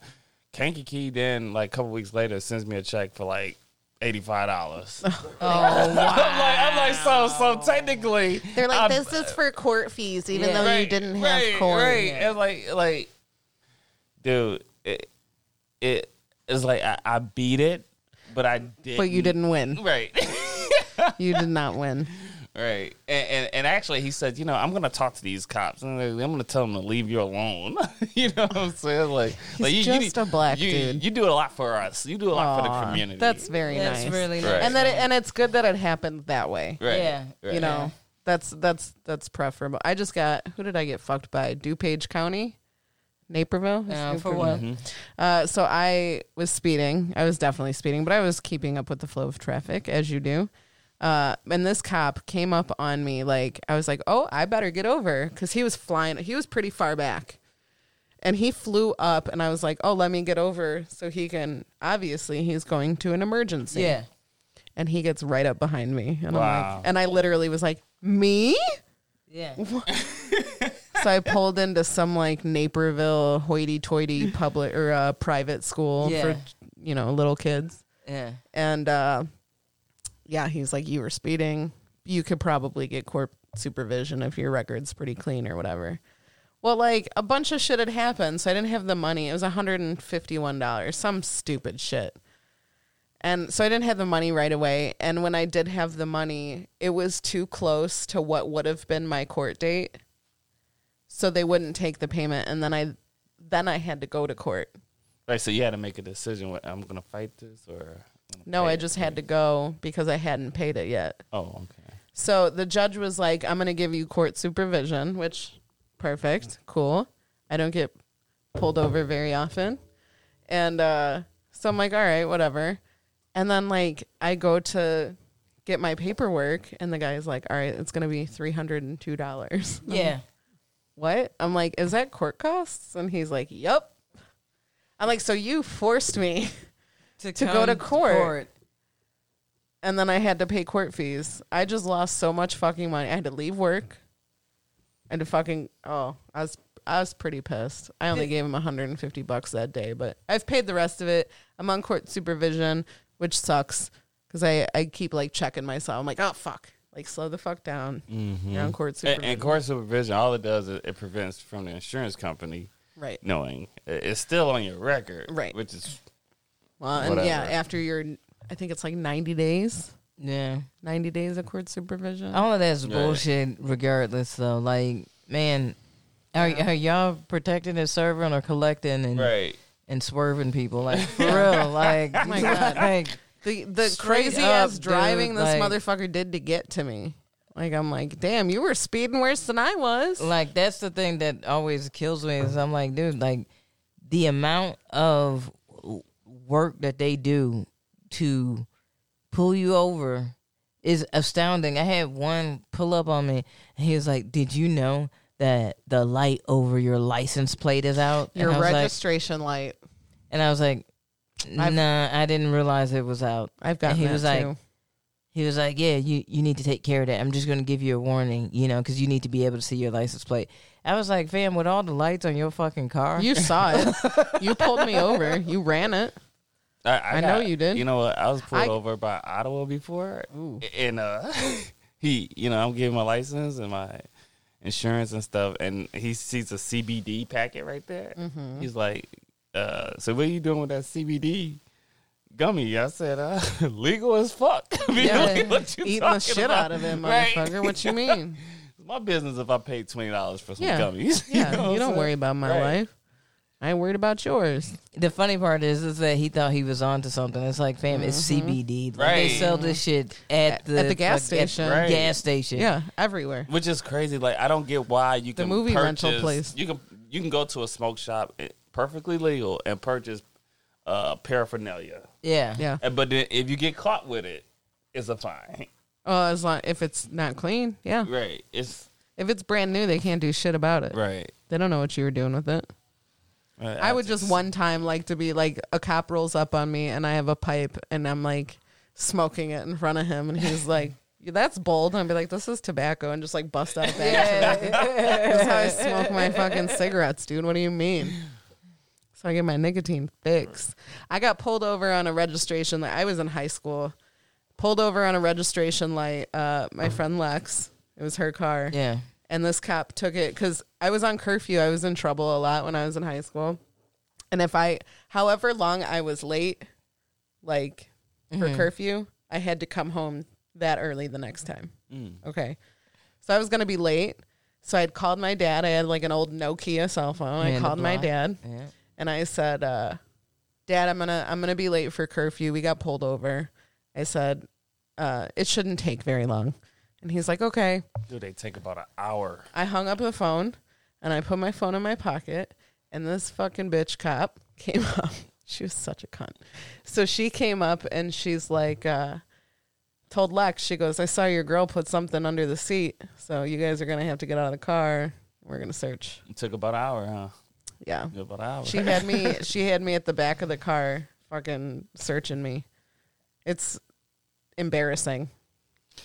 S1: Kankakee then, like a couple weeks later, sends me a check for like eighty five dollars. oh wow! I'm like, I'm like, so so technically,
S3: They're like,
S1: I-
S3: this is for court fees, even
S2: Yeah.
S3: though you
S1: Um, right,
S3: didn't have
S1: right,
S3: court.
S1: Right, and like like, dude, it it is like I, I beat it, but I did.
S3: But you didn't win.
S1: Right.
S3: You did not win.
S1: Right. And, and and actually, he said, you know, I'm gonna talk to these cops, and I'm gonna tell them to leave you alone. you know what I'm saying? Like, like you, you,
S3: just a black
S1: you,
S3: dude.
S1: You do a lot for us. You do a lot for the community.
S3: That's very
S2: That's
S3: nice.
S2: really
S1: Right.
S2: nice.
S3: and that it, and it's good that it happened that way.
S1: right.
S2: Yeah.
S1: Right.
S3: You know, that's that's that's preferable. I just got who did I get fucked by? DuPage County, Naperville. Is
S2: Uh, for
S3: Naperville?
S2: what?
S1: Mm-hmm.
S3: Uh, so I was speeding. I was definitely speeding, but I was keeping up with the flow of traffic as you do. Uh, and this cop came up on me like I was like, "Oh, I better get over," because he was flying. He was pretty far back, and he flew up, and I was like, "Oh, let me get over," so he can. Obviously, he's going to an emergency.
S2: Yeah.
S3: and he gets right up behind me, and I'm
S1: Wow.
S3: like, and I literally was like, "Me?"
S2: Yeah.
S3: so I pulled into some like Naperville hoity-toity public or uh, private school
S2: Yeah.
S3: for you know little kids,
S2: Yeah.
S3: and uh, yeah, he's like, "You were speeding. You could probably get court supervision if your record's pretty clean or whatever." Well, like a bunch of shit had happened, so I didn't have the money. It was one hundred and fifty-one dollars, some stupid shit. And so I didn't have the money right away. And when I did have the money, it was too close to what would have been my court date. So they wouldn't take the payment. And then I then I had to go to court.
S1: Right. So you had to make a decision. What I'm gonna fight this or. I'm gonna
S3: No,
S1: pay
S3: I
S1: it.
S3: just had to go because I hadn't paid it yet.
S1: Oh, okay.
S3: So the judge was like, I'm going to give you court supervision, which perfect, cool. I don't get pulled over very often. And uh, so I'm like, all right, whatever. And then like I go to get my paperwork and the guy's like, all right, it's going to be $302.
S2: Yeah.
S3: what? I'm like, is that court costs? And he's like, yep. I'm like, so you forced me. To go
S2: come
S3: to court. And then I had to pay court fees. I just lost so much fucking money. I had to leave work. I had to fucking oh, I was I was pretty pissed. I only gave him 150 bucks that day, but I've paid the rest of it. I'm on court supervision, which sucks because I I keep like checking myself. I'm like, oh fuck, like slow the fuck down. You're on court
S1: And,
S3: supervision,
S1: and court supervision, all it does is it prevents from the insurance company
S3: right?
S1: knowing It- it's still on your record,
S3: Right.
S1: Which is
S3: Well, and yeah,
S1: Whatever.
S3: after your, I think it's like 90 days,
S2: Yeah.
S3: 90 days of court supervision.
S2: All of that's
S1: Yeah.
S2: bullshit, regardless, though. Like, man, are, are y'all protecting and serving or collecting and,
S1: right.
S2: and swerving people? Like, for real. Like,
S3: my God.
S2: Like,
S3: The the
S2: Straight
S3: crazy
S2: up,
S3: ass driving
S2: dude,
S3: this
S2: like-
S3: motherfucker did to get to me. Like I'm like, damn, you were speeding worse than I was.
S2: like that's the thing that always kills me is I'm like, dude, like the amount of work that they do to pull you over is astounding. I had one pull up on me and he was like, Did you know that the light over your license plate is out?
S3: Your
S2: and I was like,
S3: registration light.
S2: and I was like,
S3: I've-
S2: Nah, I didn't realize it was out.
S3: I've gotten
S2: he
S3: that
S2: was like,
S3: too.
S2: He was like, "Yeah, you you need to take care of that. I'm just going to give you a warning, you know, because you need to be able to see your license plate." I was like, "Fam, with all the lights on your fucking car,
S3: You saw it. you pulled me over. You ran it.
S1: I,
S3: I know you did.
S1: You know what? I was pulled
S3: I-
S1: over by Ottawa before, and uh, he, you know, I'm giving my license and my insurance and stuff, and he sees a CBD packet right there.
S3: Mm-hmm.
S1: He's like, uh, "So what are you doing with that CBD gummy?" I said, uh, "Legal as fuck." I mean, like, what you
S3: Eating the
S1: talking
S3: shit out
S1: about?
S3: of it,
S1: Right.
S3: motherfucker. What you mean?
S1: It's my business if I paid twenty dollars for some
S3: Yeah.
S1: gummies.
S3: Yeah, you,
S1: know what I'm
S3: don't
S1: saying?
S3: worry about my
S1: Right.
S3: life. I ain't worried about yours.
S2: the funny part is is that he thought he was onto something. It's like, fam, it's CBD. Like, They
S1: Right.
S2: sell this shit at the
S3: Mm-hmm. at the gas
S2: like, at
S3: station.
S2: the
S1: Right.
S2: gas station.
S3: Yeah, everywhere.
S1: Which is crazy. Like I don't get why you
S3: The
S1: can
S3: movie
S1: purchase,
S3: rental place.
S1: You can you can go to a smoke shop, it- perfectly legal, and purchase uh, paraphernalia.
S2: yeah,
S3: Yeah.
S1: And- But then if you get caught with it, it's a fine.
S3: Well, as long if it's not clean, yeah.
S1: Right. It's
S3: If it's brand new, they can't do shit about it.
S1: right.
S3: They don't know what you were doing with it. I would just one time like to be like a cop rolls up on me and I have a pipe and I'm like smoking it in front of him and he's like, "Yeah, "That's bold." And I'd be like, "This is tobacco," and just like bust out a bag. of tobacco. That's how I smoke my fucking cigarettes, dude. What do you mean? So I get my nicotine fix. I got pulled over on a registration. Light. I was in high school. Pulled over on a registration light. Uh, my friend Lex. It was her car
S2: yeah,
S3: and this cop took it because I was on curfew. I was in trouble a lot when I was in high school, and if I, however long I was late,
S2: Mm-hmm.
S3: like for curfew, I had to come home that early the next time.
S2: Mm.
S3: Okay. So I was going to be late. So I'd called my dad. I had like an old Nokia cell phone.
S2: Yeah,
S3: I
S2: the
S3: called my
S2: block.
S3: dad
S2: Yeah.
S3: and I said, uh, "Dad, I'm gonna I'm gonna be late for curfew. We got pulled over." I said, uh, "It shouldn't take very long," and he's like, "Okay."
S1: Do they take about an hour?
S3: I hung up the phone and I put my phone in my pocket, and this fucking bitch cop came up. She was such a cunt. So she came up and she's like, uh, told Lex, she goes, I saw your girl put something under the seat. So you guys are going to have to get out of the car. We're going to search.
S1: It took about an hour, huh?
S3: Yeah.
S1: Took About an hour.
S3: She had me, she had me at the back of the car fucking searching me. It's embarrassing.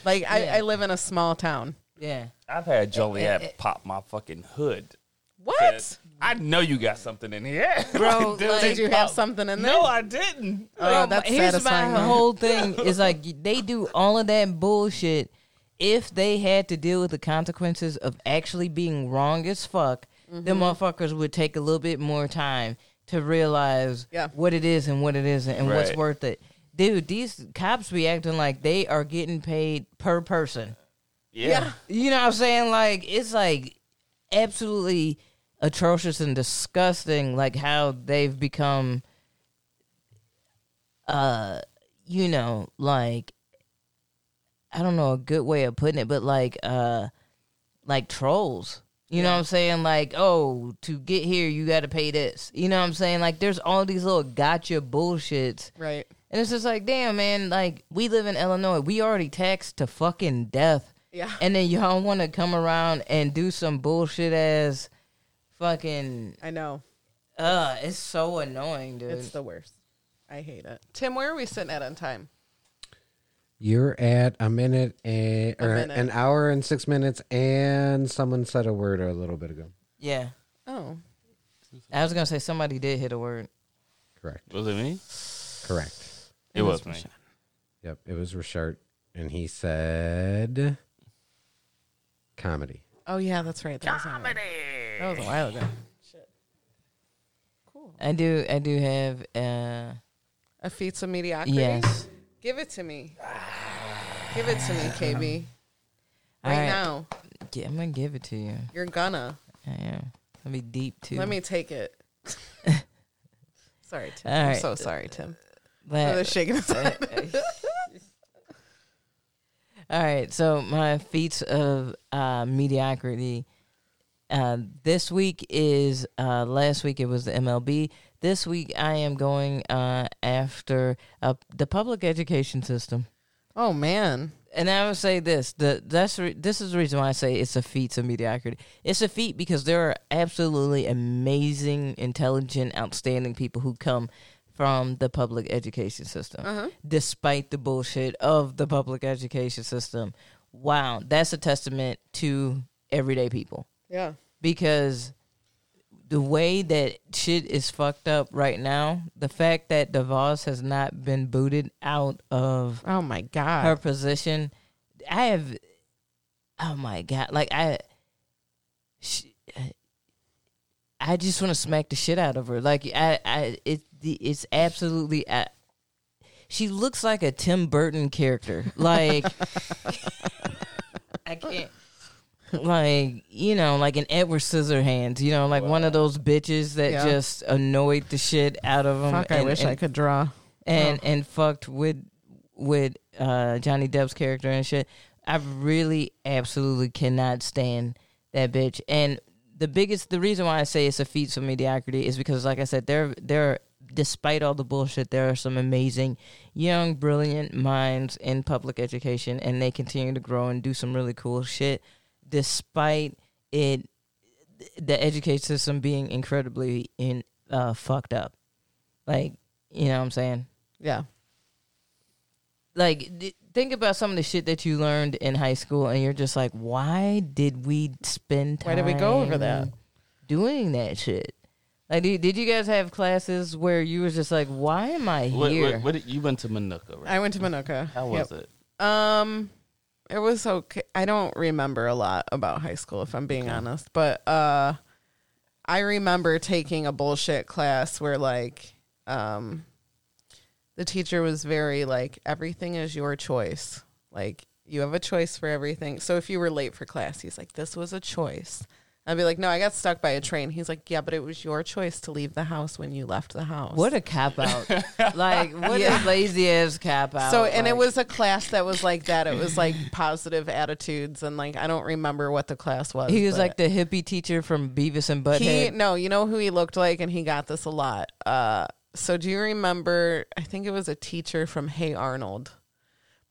S3: Like,
S2: Yeah.
S3: I, I live in a small town.
S2: Yeah.
S1: I've had Joliet
S3: Eh,
S1: pop my fucking hood.
S3: What?
S1: I know you got something in here,
S2: Bro,
S1: Dude,
S2: like-
S1: they
S3: Did you have
S1: pop-
S3: something in there?
S1: No, I didn't.
S3: Oh,
S2: Bro,
S3: that's
S2: Um, here's
S3: satisfying.
S2: my whole thing is like they do all of that bullshit. If they had to deal with the consequences of actually being wrong as fuck, the
S3: Mm-hmm.
S2: motherfuckers would take a little bit more time to realize
S3: Yeah.
S2: what it is and what it isn't and what's
S1: Right.
S2: worth it. Dude, these cops be acting like they are getting paid per person.
S1: yeah.
S2: You know what I'm saying? Like it's like absolutely atrocious and disgusting like how they've become uh you know, like I don't know a good way of putting it, but like uh like trolls. You know what I'm saying? Like, oh, to get here you gotta pay this. You know what I'm saying? Like there's all these little gotcha bullshits
S3: Right.
S2: and it's just like, damn, man, like we live in Illinois. We already taxed to fucking death.
S3: Yeah.
S2: And then y'all want to come around and do some bullshit ass fucking.
S3: I know.
S2: Uh, it's so annoying, dude.
S3: It's the worst. I hate it. Tim, where are we sitting at on time?
S4: You're at a minute and or
S3: minute.
S4: an hour and six minutes, and someone said a word a little bit ago.
S2: yeah.
S3: Oh.
S2: I was going to say somebody did hit a word.
S4: Correct.
S1: Was it me?
S4: Correct.
S1: It, was, me.
S4: Yep. It was Richard, and he said comedy.
S3: Oh yeah, that's right. That was, on it. that was a while ago.
S2: I do, I do have, uh,
S3: A feats of mediocrity.
S2: yes.
S3: Give it to me. Give it to me, KB.
S2: All
S3: Right
S2: right.
S3: now.
S2: Yeah, I'm going to give it to you.
S3: You're gonna.
S2: I am. Let me deep too.
S3: Let me take it. sorry, Tim.
S2: All
S3: I'm
S2: right. Uh,
S3: so sorry, Tim. Oh, they're
S2: Let-
S3: shaking his head.
S2: All right, so my feats of uh, mediocrity. Uh, this week is uh, last week. It was the MLB. This week I am going uh, after uh, the public education system,
S3: Oh man.
S2: and I would say this: the that's re- this is the reason why I say it's a feat of mediocrity. It's a feat because there are absolutely amazing, intelligent, outstanding people who come from the public education system
S3: Uh-huh.
S2: despite the bullshit of the public education system. Wow, that's a testament to everyday people
S3: Yeah.
S2: because the way that shit is fucked up right now, the fact that DeVos has not been booted out of
S3: Oh my god.
S2: her position, I have, oh my god, like I, she, I just want to smack the shit out of her. Like I, I, it, the, it's absolutely. I, she looks like a Tim Burton character. Like I can't. Like you know, like an Edward Scissorhands, you know, like one of those bitches that
S3: Yeah.
S2: just annoyed the shit out of him.
S3: Fuck, I
S2: and-
S3: wish
S2: and-
S3: I could draw.
S2: and and fucked with with uh, Johnny Depp's character and shit. I really absolutely cannot stand that bitch. And the biggest, the reason why I say it's a feat of mediocrity is because, like I said, there there despite all the bullshit, there are some amazing, young, brilliant minds in public education, and they continue to grow and do some really cool shit, despite it the education system being incredibly in uh, fucked up. Like, you know what I'm saying?
S3: Yeah.
S2: like th- think about some of the shit that you learned in high school and you're just like why did we spend time
S3: Why did we go over that?
S2: doing that shit like did, did you guys have classes where you was just like why am i
S1: What,
S2: here
S1: what, what did- you went to Manuka, right?
S3: I went to Manuka.
S1: How was it?
S3: Um, it was okay. I don't remember a lot about high school, if I'm being honest, but uh, I remember taking a bullshit class where like, um, the teacher was very like, everything is your choice. Like you have a choice for everything. So if you were late for class, he's like, this was a choice. I'd be like, no, I got stuck by a train. He's like, yeah, but it was your choice to leave the house when you left the house.
S2: What a cop out! like what a lazy ass cop out.
S3: So, and it
S2: Like,
S3: was a class that was like that. It was like positive attitudes, and like I don't remember what the class was.
S2: he was
S3: but
S2: like the hippie teacher from Beavis and Butthead.
S3: he no, you know who he looked like, and he got this a lot. Uh, so do you remember? I think it was a teacher from Hey Arnold,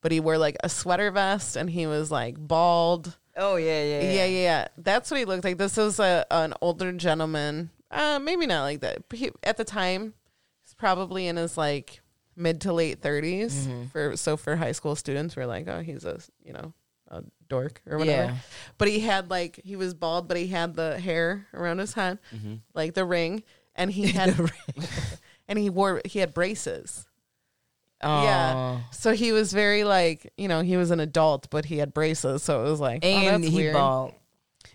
S3: but he wore like a sweater vest, and he was like bald.
S2: oh yeah, yeah,
S3: Yeah, yeah, yeah. That's what he looked like. This was a an older gentleman. Uh, maybe not like that. But he, at the time, he's probably in his like mid to late 30s
S2: Mm-hmm.
S3: For so for high school students, we're like, oh, he's a you know a dork or whatever.
S2: Yeah.
S3: But he had like he was bald, but he had the hair around his head,
S2: Mm-hmm.
S3: like the ring, and he had and he wore he had braces.
S2: Aw.
S3: Yeah. So he was very like, you know, he was an adult, but he had braces. So it was like, oh,
S2: and
S3: that's
S2: he
S3: weird.
S2: bald.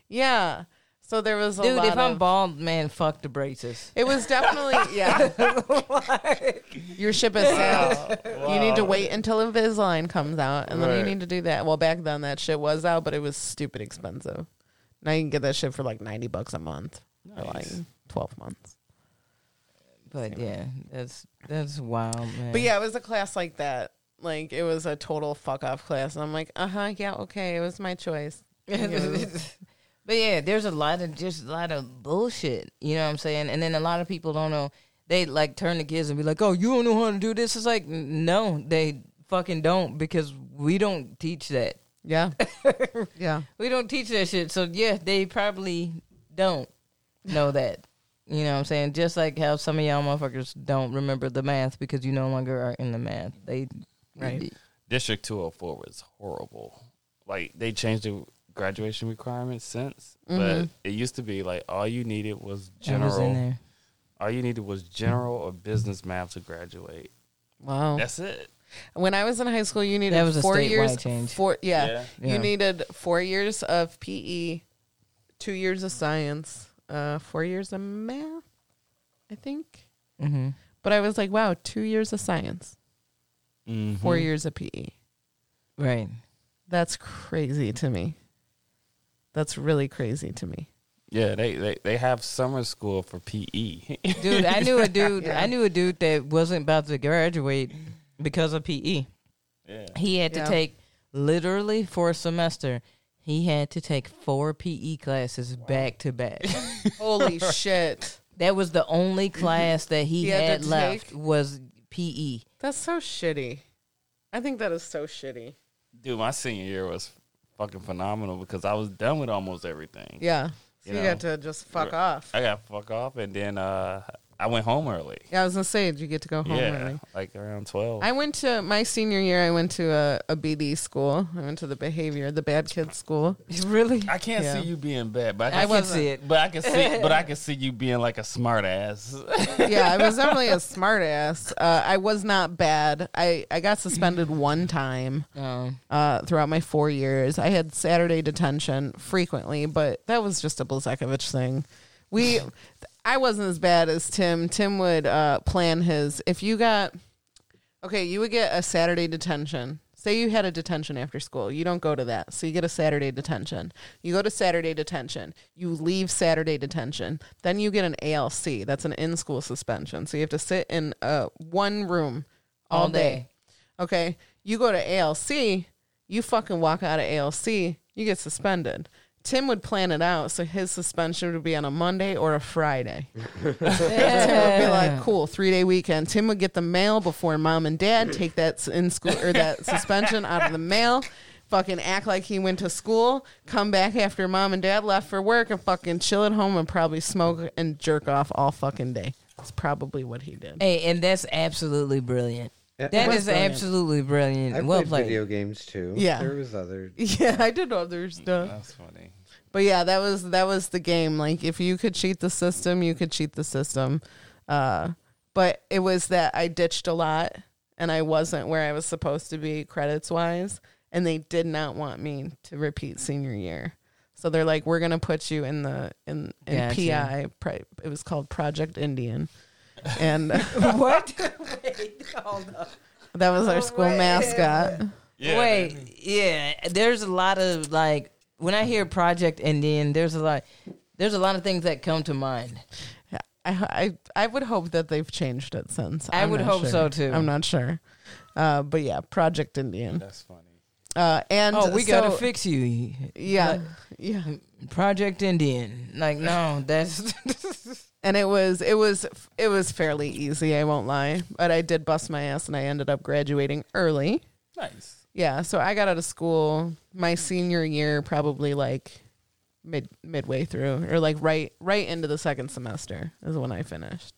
S3: Yeah. So there was a
S2: Dude,
S3: lot
S2: if I'm
S3: of-
S2: bald, man, fuck the braces.
S3: It was definitely yeah. Your ship is sailed. You need to wait until Invisalign comes out, and then you
S1: Right.
S3: need to do that. Well, back then that shit was out, but it was stupid expensive. Now you can get that shit for like ninety bucks a month for like
S1: Nice.
S3: twelve months.
S2: But yeah, that's that's wild, man.
S3: But yeah, it was a class like that. Like it was a total fuck off class, and I'm like, uh huh, yeah, okay, it was my choice.
S2: but yeah, there's a lot of just a lot of bullshit. You know what I'm saying? And then a lot of people don't know. They like turn to kids and be like, "Oh, you don't know how to do this." It's like, n- no, they fucking don't because we don't teach that.
S3: Yeah, yeah.
S2: We don't teach that shit. So yeah, they probably don't know that. You know what I'm saying? Just like how some of y'all motherfuckers don't remember the math because you no longer are in the math. They
S3: Right.
S1: District 204 was horrible. Like they changed the graduation requirements since, but it used to be like all you needed was
S2: I was in
S1: general.
S2: there.
S1: All you needed was general or business math to graduate.
S3: Wow.
S1: That's it.
S3: When I was in high school, you needed
S2: That was a
S3: four
S2: statewide
S3: years.
S2: change.
S3: Four, yeah,
S1: Yeah.
S2: Yeah.
S3: you needed four years of PE, two years of science, uh, four years of math, I think.
S2: Mhm.
S3: But I was like, wow, two years of science,
S1: Mm-hmm.
S3: 4 years of PE.
S2: Right.
S3: That's crazy to me. That's really crazy to me.
S1: Yeah, they, they they have summer school for E. PE.
S2: dude. I knew a dude. I knew a dude that wasn't about to graduate because of PE.
S1: yeah.
S2: He had to
S3: Yeah.
S2: take literally for a semester. He had to take four PE classes back to back.
S3: Holy shit.
S2: That was the only class that he,
S3: He had
S2: had,
S3: to
S2: left
S3: take-
S2: was PE.
S3: That's so shitty. I think that is so shitty.
S1: Dude, my senior year was fucking phenomenal because I was done with almost everything.
S3: Yeah. So
S1: You
S3: you,
S1: know.
S3: got to just fuck off.
S1: I got fuck off and then uh I went home early.
S3: yeah, I was going to say, did you get to go home
S1: yeah.
S3: early?
S1: Like around 12.
S3: I went to my senior year. I went to a, a BD school. I went to the behavior, the bad kids school.
S2: Really?
S1: I can't
S3: Yeah.
S1: see you being bad, but I,
S2: I
S1: can
S2: can see it.
S1: But I can see, but I can see you being like a smart ass.
S3: yeah, I was definitely a smartass. Uh, I was not bad. I, I got suspended one time
S2: Um,
S3: uh, throughout my four years. I had Saturday detention frequently, but that was just a Blazekovich thing. We, I wasn't as bad as Tim. Tim would uh, plan his. If you got, okay, you would get a Saturday detention. Say you had a detention after school. You don't go to that. So you get a Saturday detention. You go to Saturday detention. You leave Saturday detention. Then you get an ALC. That's an in school suspension. So you have to sit in uh, one room all,
S2: All
S3: day.
S2: day.
S3: Okay. You go to ALC, you fucking walk out of ALC, you get suspended. Tim would plan it out so his suspension would be on a Monday or a Friday. Tim would be like, cool, three day weekend. Tim would get the mail before mom and dad take that s- in school or that suspension out of the mail. Fucking act like he went to school, come back after mom and dad left for work, and fucking chill at home and probably smoke and jerk off all fucking day. That's probably what he did.
S2: hey, and that's absolutely brilliant.
S4: Yeah.
S2: That
S4: It
S2: is absolutely brilliant.
S4: I
S2: well
S4: played
S2: played.
S4: video games too.
S3: Yeah.
S4: There was other.
S3: Yeah, I did other stuff.
S1: That's funny.
S3: But yeah, that was that was the game. Like if you could cheat the system, you could cheat the system. Uh, but it was that I ditched a lot and I wasn't where I was supposed to be credits wise, and they did not want me to repeat senior year. So they're like, we're gonna put you in the in, in
S2: Gotcha.
S3: PI. Pri- It was called Project Indian, and
S2: What? Wait, hold on.
S3: that was our school
S2: Wait.
S3: mascot.
S1: Yeah.
S2: Wait, yeah. There's a lot of like when I hear Project Indian, there's a lot, there's a lot of things that come to mind.
S3: I, I I would hope that they've changed it since.
S2: I would
S3: not
S2: hope
S3: sure.
S2: so, too.
S3: I'm not sure, uh, but yeah, Project Indian.
S1: That's funny.
S3: Uh, and
S2: Oh, we
S3: so-
S2: gotta fix you.
S3: Yeah,
S2: Like,
S3: yeah.
S2: Project Indian. Like no, that's
S3: And it was it was it was fairly easy. I won't lie, but I did bust my ass, and I ended up graduating early.
S1: Nice.
S3: Yeah, so I got out of school my senior year, probably like mid midway through, or like right right into the second semester is when I finished.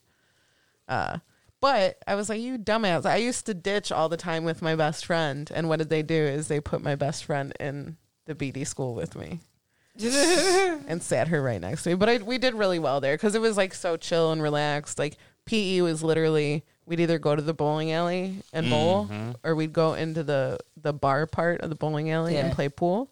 S3: Uh, but I was like, you dumbass! I used to ditch all the time with my best friend, and what did they do? Is they put my best friend in the BD school with me and sat her right next to me. But I, we did really well there because it was like so chill and relaxed. Like PE was literally we'd either go to the bowling alley and bowl, or we'd go into the the bar part of the bowling alley and
S2: Yeah.
S3: play pool.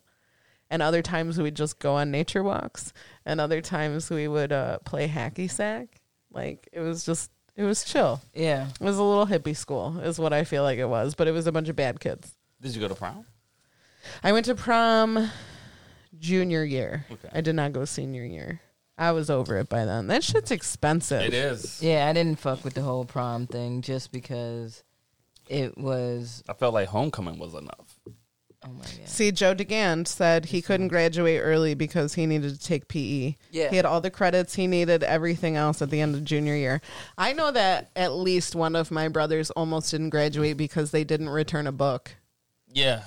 S3: And other times we'd just go on nature walks, and other times we would uh, play hacky sack. Like it was just it was chill.
S2: yeah.
S3: It was a little hippie school, is what I feel like it was, but it was a bunch of bad kids.
S1: Did you go to prom?
S3: I went to prom junior year.
S1: Okay.
S3: I did not go senior year. I was over it by then. That shit's expensive.
S1: It is.
S2: Yeah, I didn't fuck with the whole prom thing just because it was.
S1: I felt like homecoming was enough.
S2: Oh my god.
S3: See, Joe DeGand said he couldn't graduate early because he needed to take PE.
S2: Yeah.
S3: He had all the credits, he needed everything else at the end of junior year. I know that at least one of my brothers almost didn't graduate because they didn't return a book.
S1: Yeah.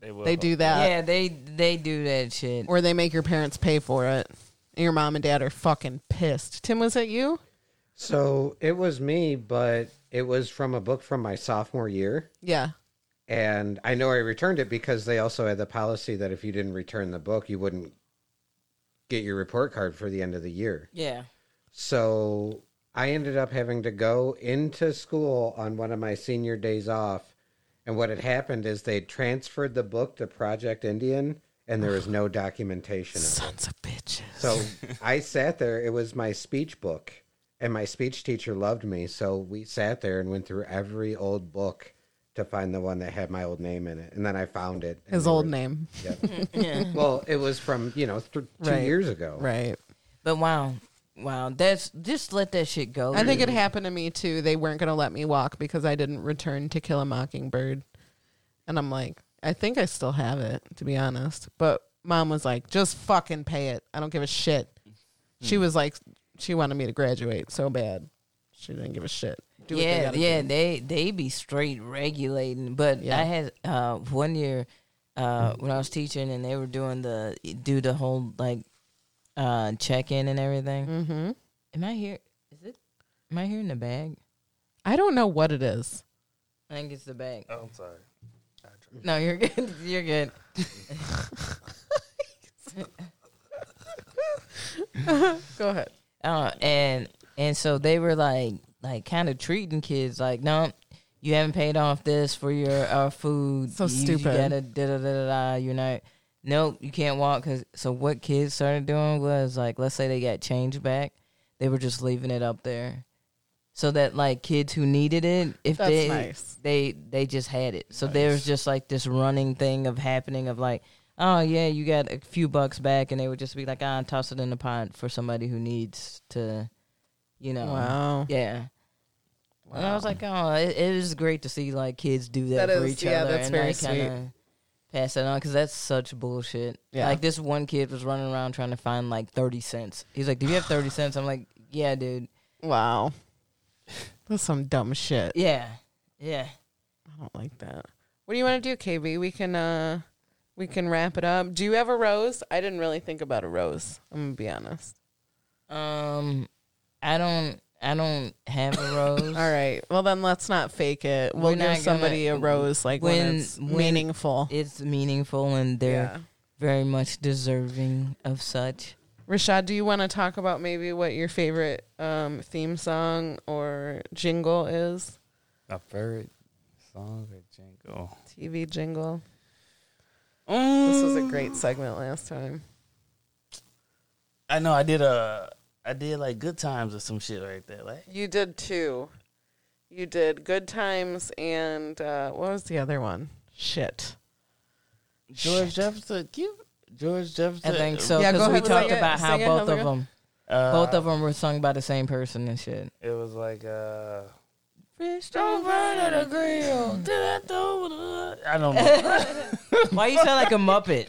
S1: They will.
S3: They do that.
S2: yeah, they they do that shit.
S3: Or they make your parents pay for it. And your mom and dad are fucking pissed. Tim, was it you?
S4: So it was me, but it was from a book from my sophomore year.
S3: Yeah.
S4: And I know I returned it because they also had the policy that if you didn't return the book, you wouldn't get your report card for the end of the year.
S2: Yeah.
S4: So I ended up having to go into school on one of my senior days off. And what had happened is they transferred the book to Project Indian, and there was no documentation of it.
S3: Sons of bitches.
S4: So I sat there. It was my speech book, and my speech teacher loved me. So we sat there and went through every old book to find the one that had my old name in it. And then I found it. and
S3: His
S4: there
S3: old
S4: was-
S3: name.
S4: Yeah. Well, it was from you know th- two
S3: Right.
S4: years ago.
S3: Right.
S2: But wow, wow, that's just let that shit go.
S3: I think it happened to me too. They weren't going to let me walk because I didn't return to Kill a Mockingbird. And I'm like, I think I still have it, to be honest. But mom was like, just fucking pay it. I don't give a shit. She was like, she wanted me to graduate so bad. She didn't give a shit. Do what they
S2: yeah,
S3: gotta
S2: yeah,
S3: do.
S2: they they be straight regulating. But
S3: Yeah.
S2: I had uh, one year uh, when I was teaching, and they were doing the do the whole like uh, check in and everything. Mm-hmm. Am I here? Is it? Am I here in the bag?
S3: I don't know what it is.
S2: I think it's the bag.
S1: Oh, I'm sorry.
S2: No, you're good. You're good.
S3: Go ahead.
S2: Uh, and and so they were like like kind of treating kids like no, you haven't paid off this for your uh, food.
S3: So
S2: you,
S3: stupid.
S2: You gotta da da da da. da. You're not. No, you can't walk. Cause so what kids started doing was like let's say they got change back, they were just leaving it up there, so that like kids who needed it, if
S3: That's
S2: they
S3: nice.
S2: they they just had it. So there was just like this running thing of happening of like, oh yeah, you got a few bucks back, and they would just be like, ah, toss it in the pot for somebody who needs to, you know,
S3: Wow.
S2: yeah. And I was like, oh, it, it is great to see like kids do that,
S3: That
S2: for
S3: is-
S2: each
S3: yeah,
S2: other,
S3: that's
S2: and
S3: very
S2: like kinda pass that on because that's such bullshit.
S3: Yeah.
S2: Like this one kid was running around trying to find like thirty cents. He's like, do you have thirty cents? I'm like, yeah, dude,
S3: Wow. That's some dumb shit.
S2: yeah, yeah.
S3: I don't like that. What do you want to do, KB? We can uh we can wrap it up. Do you have a rose? I didn't really think about a rose. I'm gonna be honest.
S2: Um, I don't, I don't have a rose.
S3: All right. Well then let's not fake it. We'll
S2: We're not
S3: give somebody
S2: gonna-
S3: a rose like when,
S2: when-
S3: it's
S2: when-
S3: meaningful.
S2: It's meaningful and they're
S3: yeah.
S2: very much deserving of such.
S3: Rashad, do you want to talk about maybe what your favorite um, theme song or jingle is?
S1: My favorite song or jingle.
S3: TV jingle. This
S1: Mm,
S3: was a great segment last time.
S1: I know I did a I did like good times or some shit right there. Like
S3: You did two. You did Good Times and uh, what was the other one? Shit.
S1: George Jefferson. Give George Jefferson.
S2: I think so
S3: uh, Yeah,
S2: because
S3: go
S2: we
S3: ahead,
S2: talked
S3: sing it,
S2: about how
S3: sing it,
S2: both of
S3: Hellringer.
S2: them,
S1: Uh,
S2: both of them were sung by the same person and shit.
S1: It was like. uh
S2: Don't burn
S1: I
S2: it.
S1: Oh, don't
S2: Why you sound like a muppet?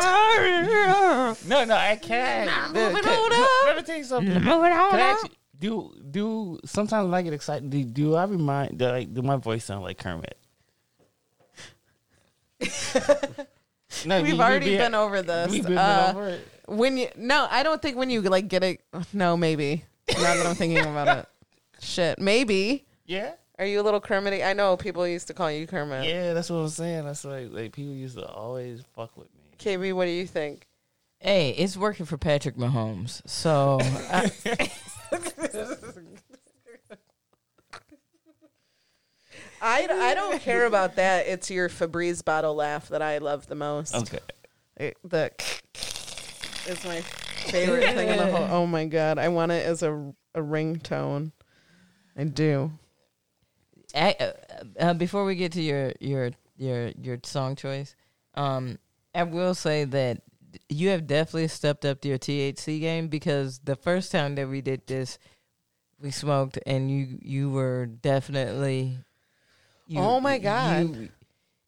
S1: know. no, no, I can't. Dude,
S2: moving
S1: can-
S2: on
S1: no,
S2: up.
S1: Let me tell you something. Can I ask you- do do sometimes when I get excited? Do, do I remind? Do, I, do my voice sound like Kermit? no, you-
S3: We've
S1: you
S3: already
S1: be-
S3: been over this.
S1: We've been
S3: Uh,
S1: over it.
S3: When you no, I don't think when you like get it. No, maybe now that I'm thinking about it. Shit, maybe.
S1: Yeah,
S3: Are you a little Kermity? I know people used to call you Kermit.
S1: yeah, that's what I'm saying. That's like like people used to always fuck with me.
S3: KB, what do you think?
S2: Hey, it's working for Patrick Mahomes. So I,
S3: I, I don't care about that. It's your Febreze bottle laugh that I love the most.
S1: Okay,
S3: It- the is my favorite thing in the whole. Oh my god, I want it as a a ringtone. I do.
S2: I, uh, uh, before we get to your your your your song choice, um, I will say that you have definitely stepped up your THC game because the first time that we did this, we smoked and you you were definitely. you-
S3: Oh my God.
S2: you-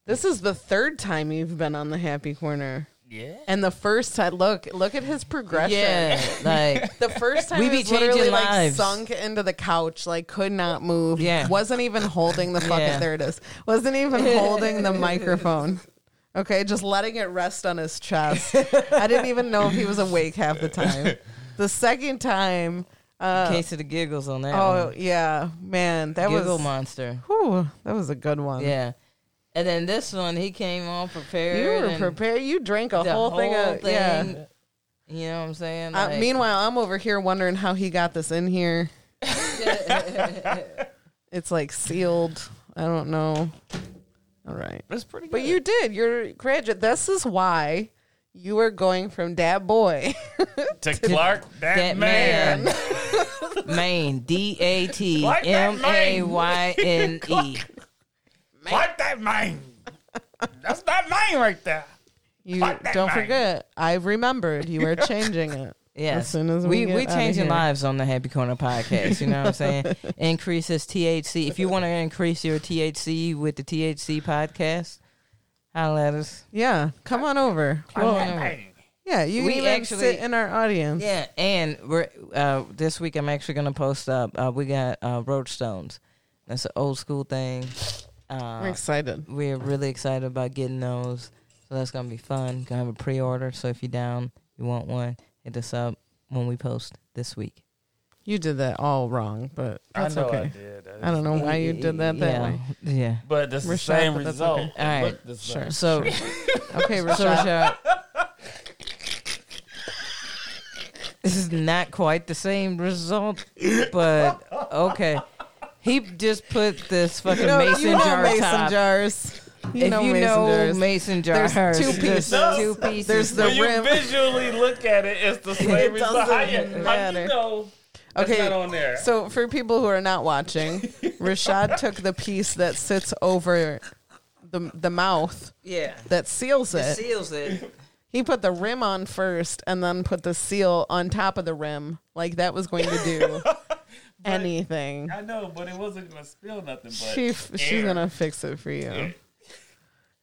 S3: This is the third time you've been on the happy corner,
S1: yeah.
S3: and the first time. Look, look at his progression.
S2: yeah, like
S3: The first time
S2: We
S3: we
S2: be
S3: be literally
S2: changing
S3: like
S2: lives.
S3: sunk into the couch, like could not move.
S2: Yeah.
S3: wasn't even holding the fucking.
S2: Yeah.
S3: There it is. Wasn't even holding the microphone. Okay, just letting it rest on his chest. I didn't even know if he was awake half the time. The second time, uh,
S2: case of the giggles on that.
S3: oh
S2: one.
S3: yeah, man, that
S2: giggle
S3: was
S2: monster.
S3: whew, that was a good one.
S2: Yeah, and then this one he came on prepared.
S3: you were
S2: and
S3: prepared. You drank a
S2: the
S3: whole, thing. Of, Yeah.
S2: thing, You know what I'm saying?
S3: Uh,
S2: Like-
S3: meanwhile, I'm over here wondering how he got this in here. it's like sealed. I don't know. All right.
S1: That's pretty good.
S3: But you did. You're graduate. This is why you were going from dad boy.
S1: to Clark, that,
S2: that
S1: man.
S2: man. Maine. D A T M A Y N E.
S1: Clark, that man. That's that man right there.
S3: You
S1: Fuck that
S3: don't
S1: thing.
S3: forget. I remembered you were changing it.
S2: Yes.
S3: As soon as we get
S2: we
S3: outta
S2: changing
S3: here.
S2: lives on the Happy Corner podcast. You know what I'm saying? Increases THC. If you want to increase your THC with the THC podcast, holla at us.
S3: Yeah. Come on over.
S2: Well,
S3: Yeah. You
S2: We
S3: can even
S2: actually-
S3: sit in our audience.
S2: Yeah, and we're uh, this week. I'm actually gonna post up. Uh, we got uh, Roadstones. That's an old school thing.
S3: I'm
S2: Uh,
S3: excited.
S2: we're really excited about getting those. So that's gonna be fun. Gonna have a pre-order. So if you're down, you want one, hit us up when we post this week.
S3: You did that all wrong, but that's
S1: I know I
S3: okay.
S1: did.
S3: I, don't know why you did that that
S2: yeah.
S3: way.
S2: Yeah.
S1: But that's
S3: We're
S1: the
S3: shocked,
S1: same
S3: but that's
S1: result.
S3: okay.
S1: It
S2: All right,
S1: looked the same.
S2: So,
S3: Okay,
S2: so
S3: Rashad.
S2: Rashad, this is not quite the same result, but okay. He just put this fucking
S3: No,
S2: mason
S3: you know
S2: jar
S3: mason
S2: top.
S3: jars. You
S2: if
S3: know
S2: you
S3: mason
S2: know
S3: jars.
S2: mason
S3: There's
S2: jars,
S3: two pieces.
S2: There's two pieces.
S3: There's the
S1: When you
S3: rim.
S1: visually look at it, it's the same
S3: It
S1: result.
S3: doesn't
S1: How you, how
S3: matter.
S1: you know? That's
S3: okay,
S1: not on there.
S3: so for people who are not watching, Rashad took the piece that sits over the the mouth
S2: yeah.
S3: that seals
S2: It
S3: it.
S2: seals it.
S3: He put the rim on first, and then put the seal on top of the rim, like that was going to do anything.
S1: I know, but it wasn't gonna spill nothing. But
S3: She f- she's
S1: air.
S3: gonna fix it for you.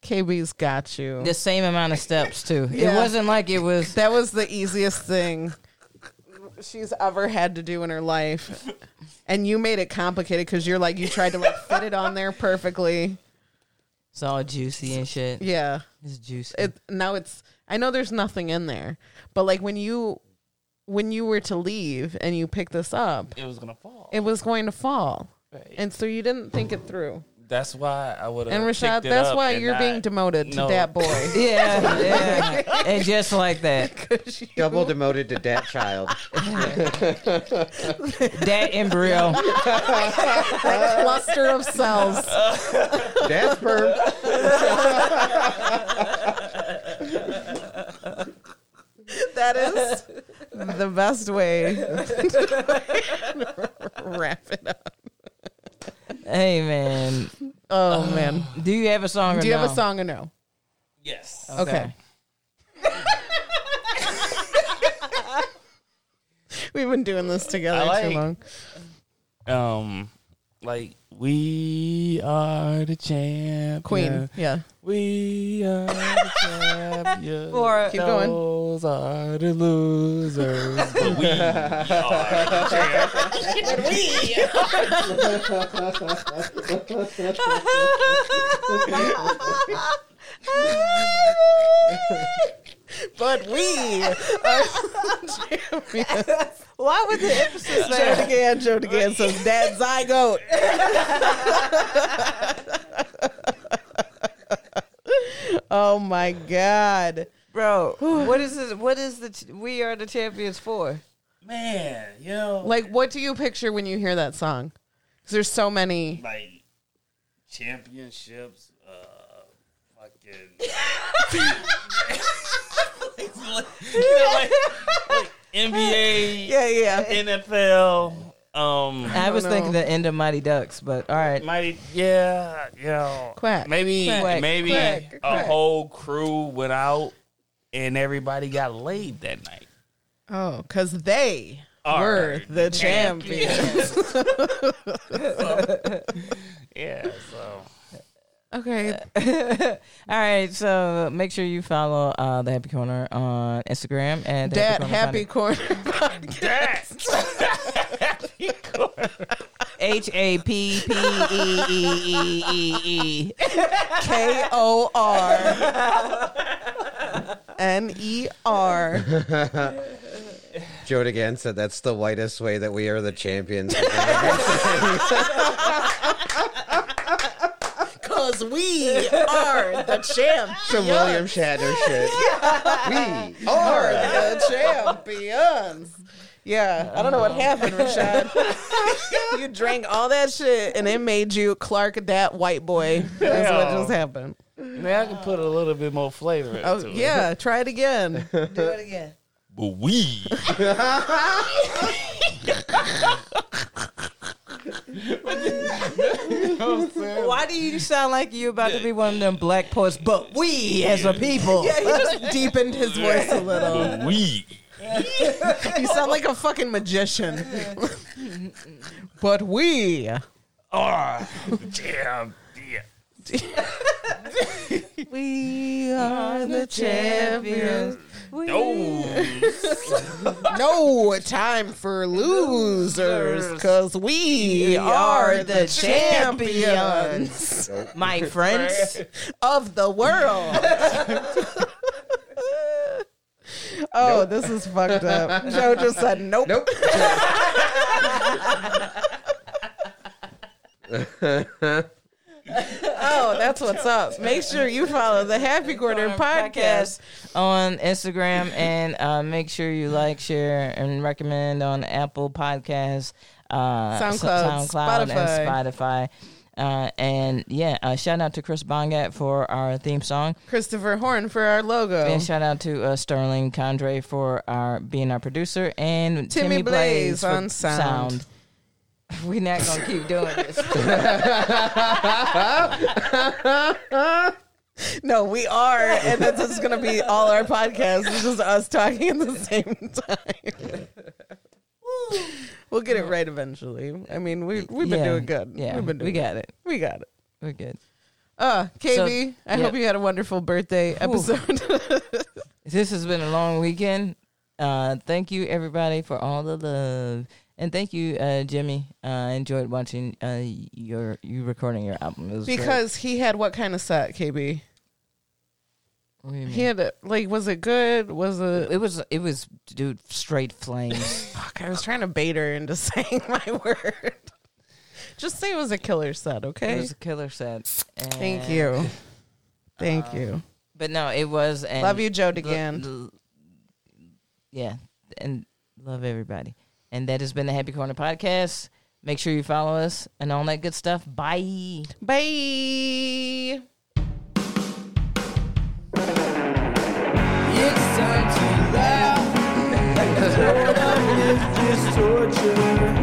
S3: KB's got you.
S2: The same amount of steps too.
S3: Yeah.
S2: It wasn't like it was.
S3: That was the easiest thing she's ever had to do in her life. And you made it complicated because you're like you tried to like fit it on there perfectly.
S2: It's all juicy and shit.
S3: Yeah.
S2: It's juicy.
S3: It now it's I know there's nothing in there, but like when you when you were to leave and you picked this up,
S1: It was gonna fall.
S3: it was going to fall.
S1: Right.
S3: And so you didn't think it through.
S1: That's why I would have.
S3: And Rashad, that's why you're being demoted to
S1: No.
S3: that boy.
S2: yeah, yeah. and just like that,
S4: Double demoted to debt child.
S2: that embryo.
S3: that cluster of cells.
S4: Death sperm.
S3: That is the best way to wrap it up.
S2: Hey man,
S3: Oh man.
S2: Do you have a song? Or
S3: Do you have
S2: no?
S3: a song or no?
S1: Yes.
S3: Okay. We've been doing this together
S1: I
S3: too
S1: like-
S3: long.
S1: Um, like we are the champion.
S3: Queen. Yeah.
S1: We are the champion.
S2: Or-
S3: Keep going.
S1: Those are the losers. but we
S3: But we are champions.
S2: Why was the emphasis
S3: Joe
S2: there?
S3: DeGan, Joe DeGan says, Dad Zygote. oh my God.
S2: Bro, what is this? What is the ch- we are the champions for?
S1: man, you know, like,
S3: Like, what do you picture when you hear that song? Because there's so many.
S1: championships. Uh, fucking. you know, like, like NBA,
S3: Yeah, yeah.
S1: NFL. Um,
S2: I, was
S3: don't
S2: thinking
S3: know.
S2: the end of Mighty Ducks, but all right.
S1: Mighty, yeah, yeah.
S3: Quack,
S1: Maybe,
S2: quack,
S1: maybe
S3: quack,
S1: a
S3: quack.
S1: whole crew went out and everybody got laid that night.
S3: Oh, because they
S1: Are
S3: were the champions.
S1: Yeah, so
S3: okay.
S2: All right, so make sure you follow uh, the Happy Corner on Instagram and the
S3: Dad,
S2: Corner
S3: happy corner. podcast.
S2: H A P P E E E E E.
S3: K O R N E R.
S4: Joe again said that's the whitest way that we are the champions.
S3: Because we are the champions.
S4: Some William Shatner shit. We
S3: Are the champions. Yeah, I don't know what happened, Rashad. you drank all that shit and it made you Clark that white boy. That's what
S1: Yeah.
S3: just happened.
S1: now I can put a little bit more flavor into
S3: Oh,
S1: it.
S3: yeah, try it again.
S2: Do it again.
S1: but we.
S2: Why do you sound like you about to be one of them black poets? But we as a people.
S3: Yeah, he just deepened his voice a little.
S1: But we.
S3: You sound like a fucking magician. but we,
S1: are the champion.
S3: we are the champions.
S1: Those
S3: No time for losers, because we are the champions
S2: My friends.
S3: of the world. Oh, this is fucked up. Joe just said nope.
S4: Nope.
S3: Oh, that's what's up. Make sure you follow the Happy Quarter podcast.
S2: podcast on Instagram and uh, make sure you like, share, and recommend on Apple Podcasts, uh, S-
S3: SoundCloud,
S2: and Spotify. Uh, and yeah, uh, shout out to Chris Bongat for our theme song,
S3: Christopher Horn for our logo.
S2: and shout out to uh, Sterling Condre for our being our producer, and
S3: Timmy
S2: Timmy, Blaze,
S3: Blaze
S2: for
S3: on sound.
S2: sound. We're not gonna keep doing this.
S3: No, we are, and that's just gonna be all our podcasts. It's just us talking at the same time. we'll get it right eventually. I mean, we we've been
S2: Yeah.
S3: doing good.
S2: Yeah,
S3: we've been doing
S2: we got it.
S3: Good. We got it.
S2: We're good.
S3: Uh, KB, I
S2: yeah.
S3: hope you had a wonderful birthday episode.
S2: This has been a long weekend. Uh, thank you, everybody, for all the love, and thank you, uh, Jimmy. Uh, I enjoyed watching uh, your you recording your album. It was great.
S3: because he had what kind of set, KB?
S2: What do you mean?
S3: He had a, like, was it good? Was it?
S2: it was it was dude straight flames.
S3: Fuck, I was trying to bait her into saying my word. Just say it was a killer set,
S2: it
S3: okay?
S2: was a killer set. And-
S3: Thank you. Thank you.
S2: But no, it was. And
S3: Love you, Joe
S2: lo-
S3: DeGan.
S2: l- yeah, and love everybody. And that has been the Happy Corner podcast. Make sure you follow us and all that good stuff. Bye.
S3: Bye.
S5: It's time to laugh. Growing up is just torture.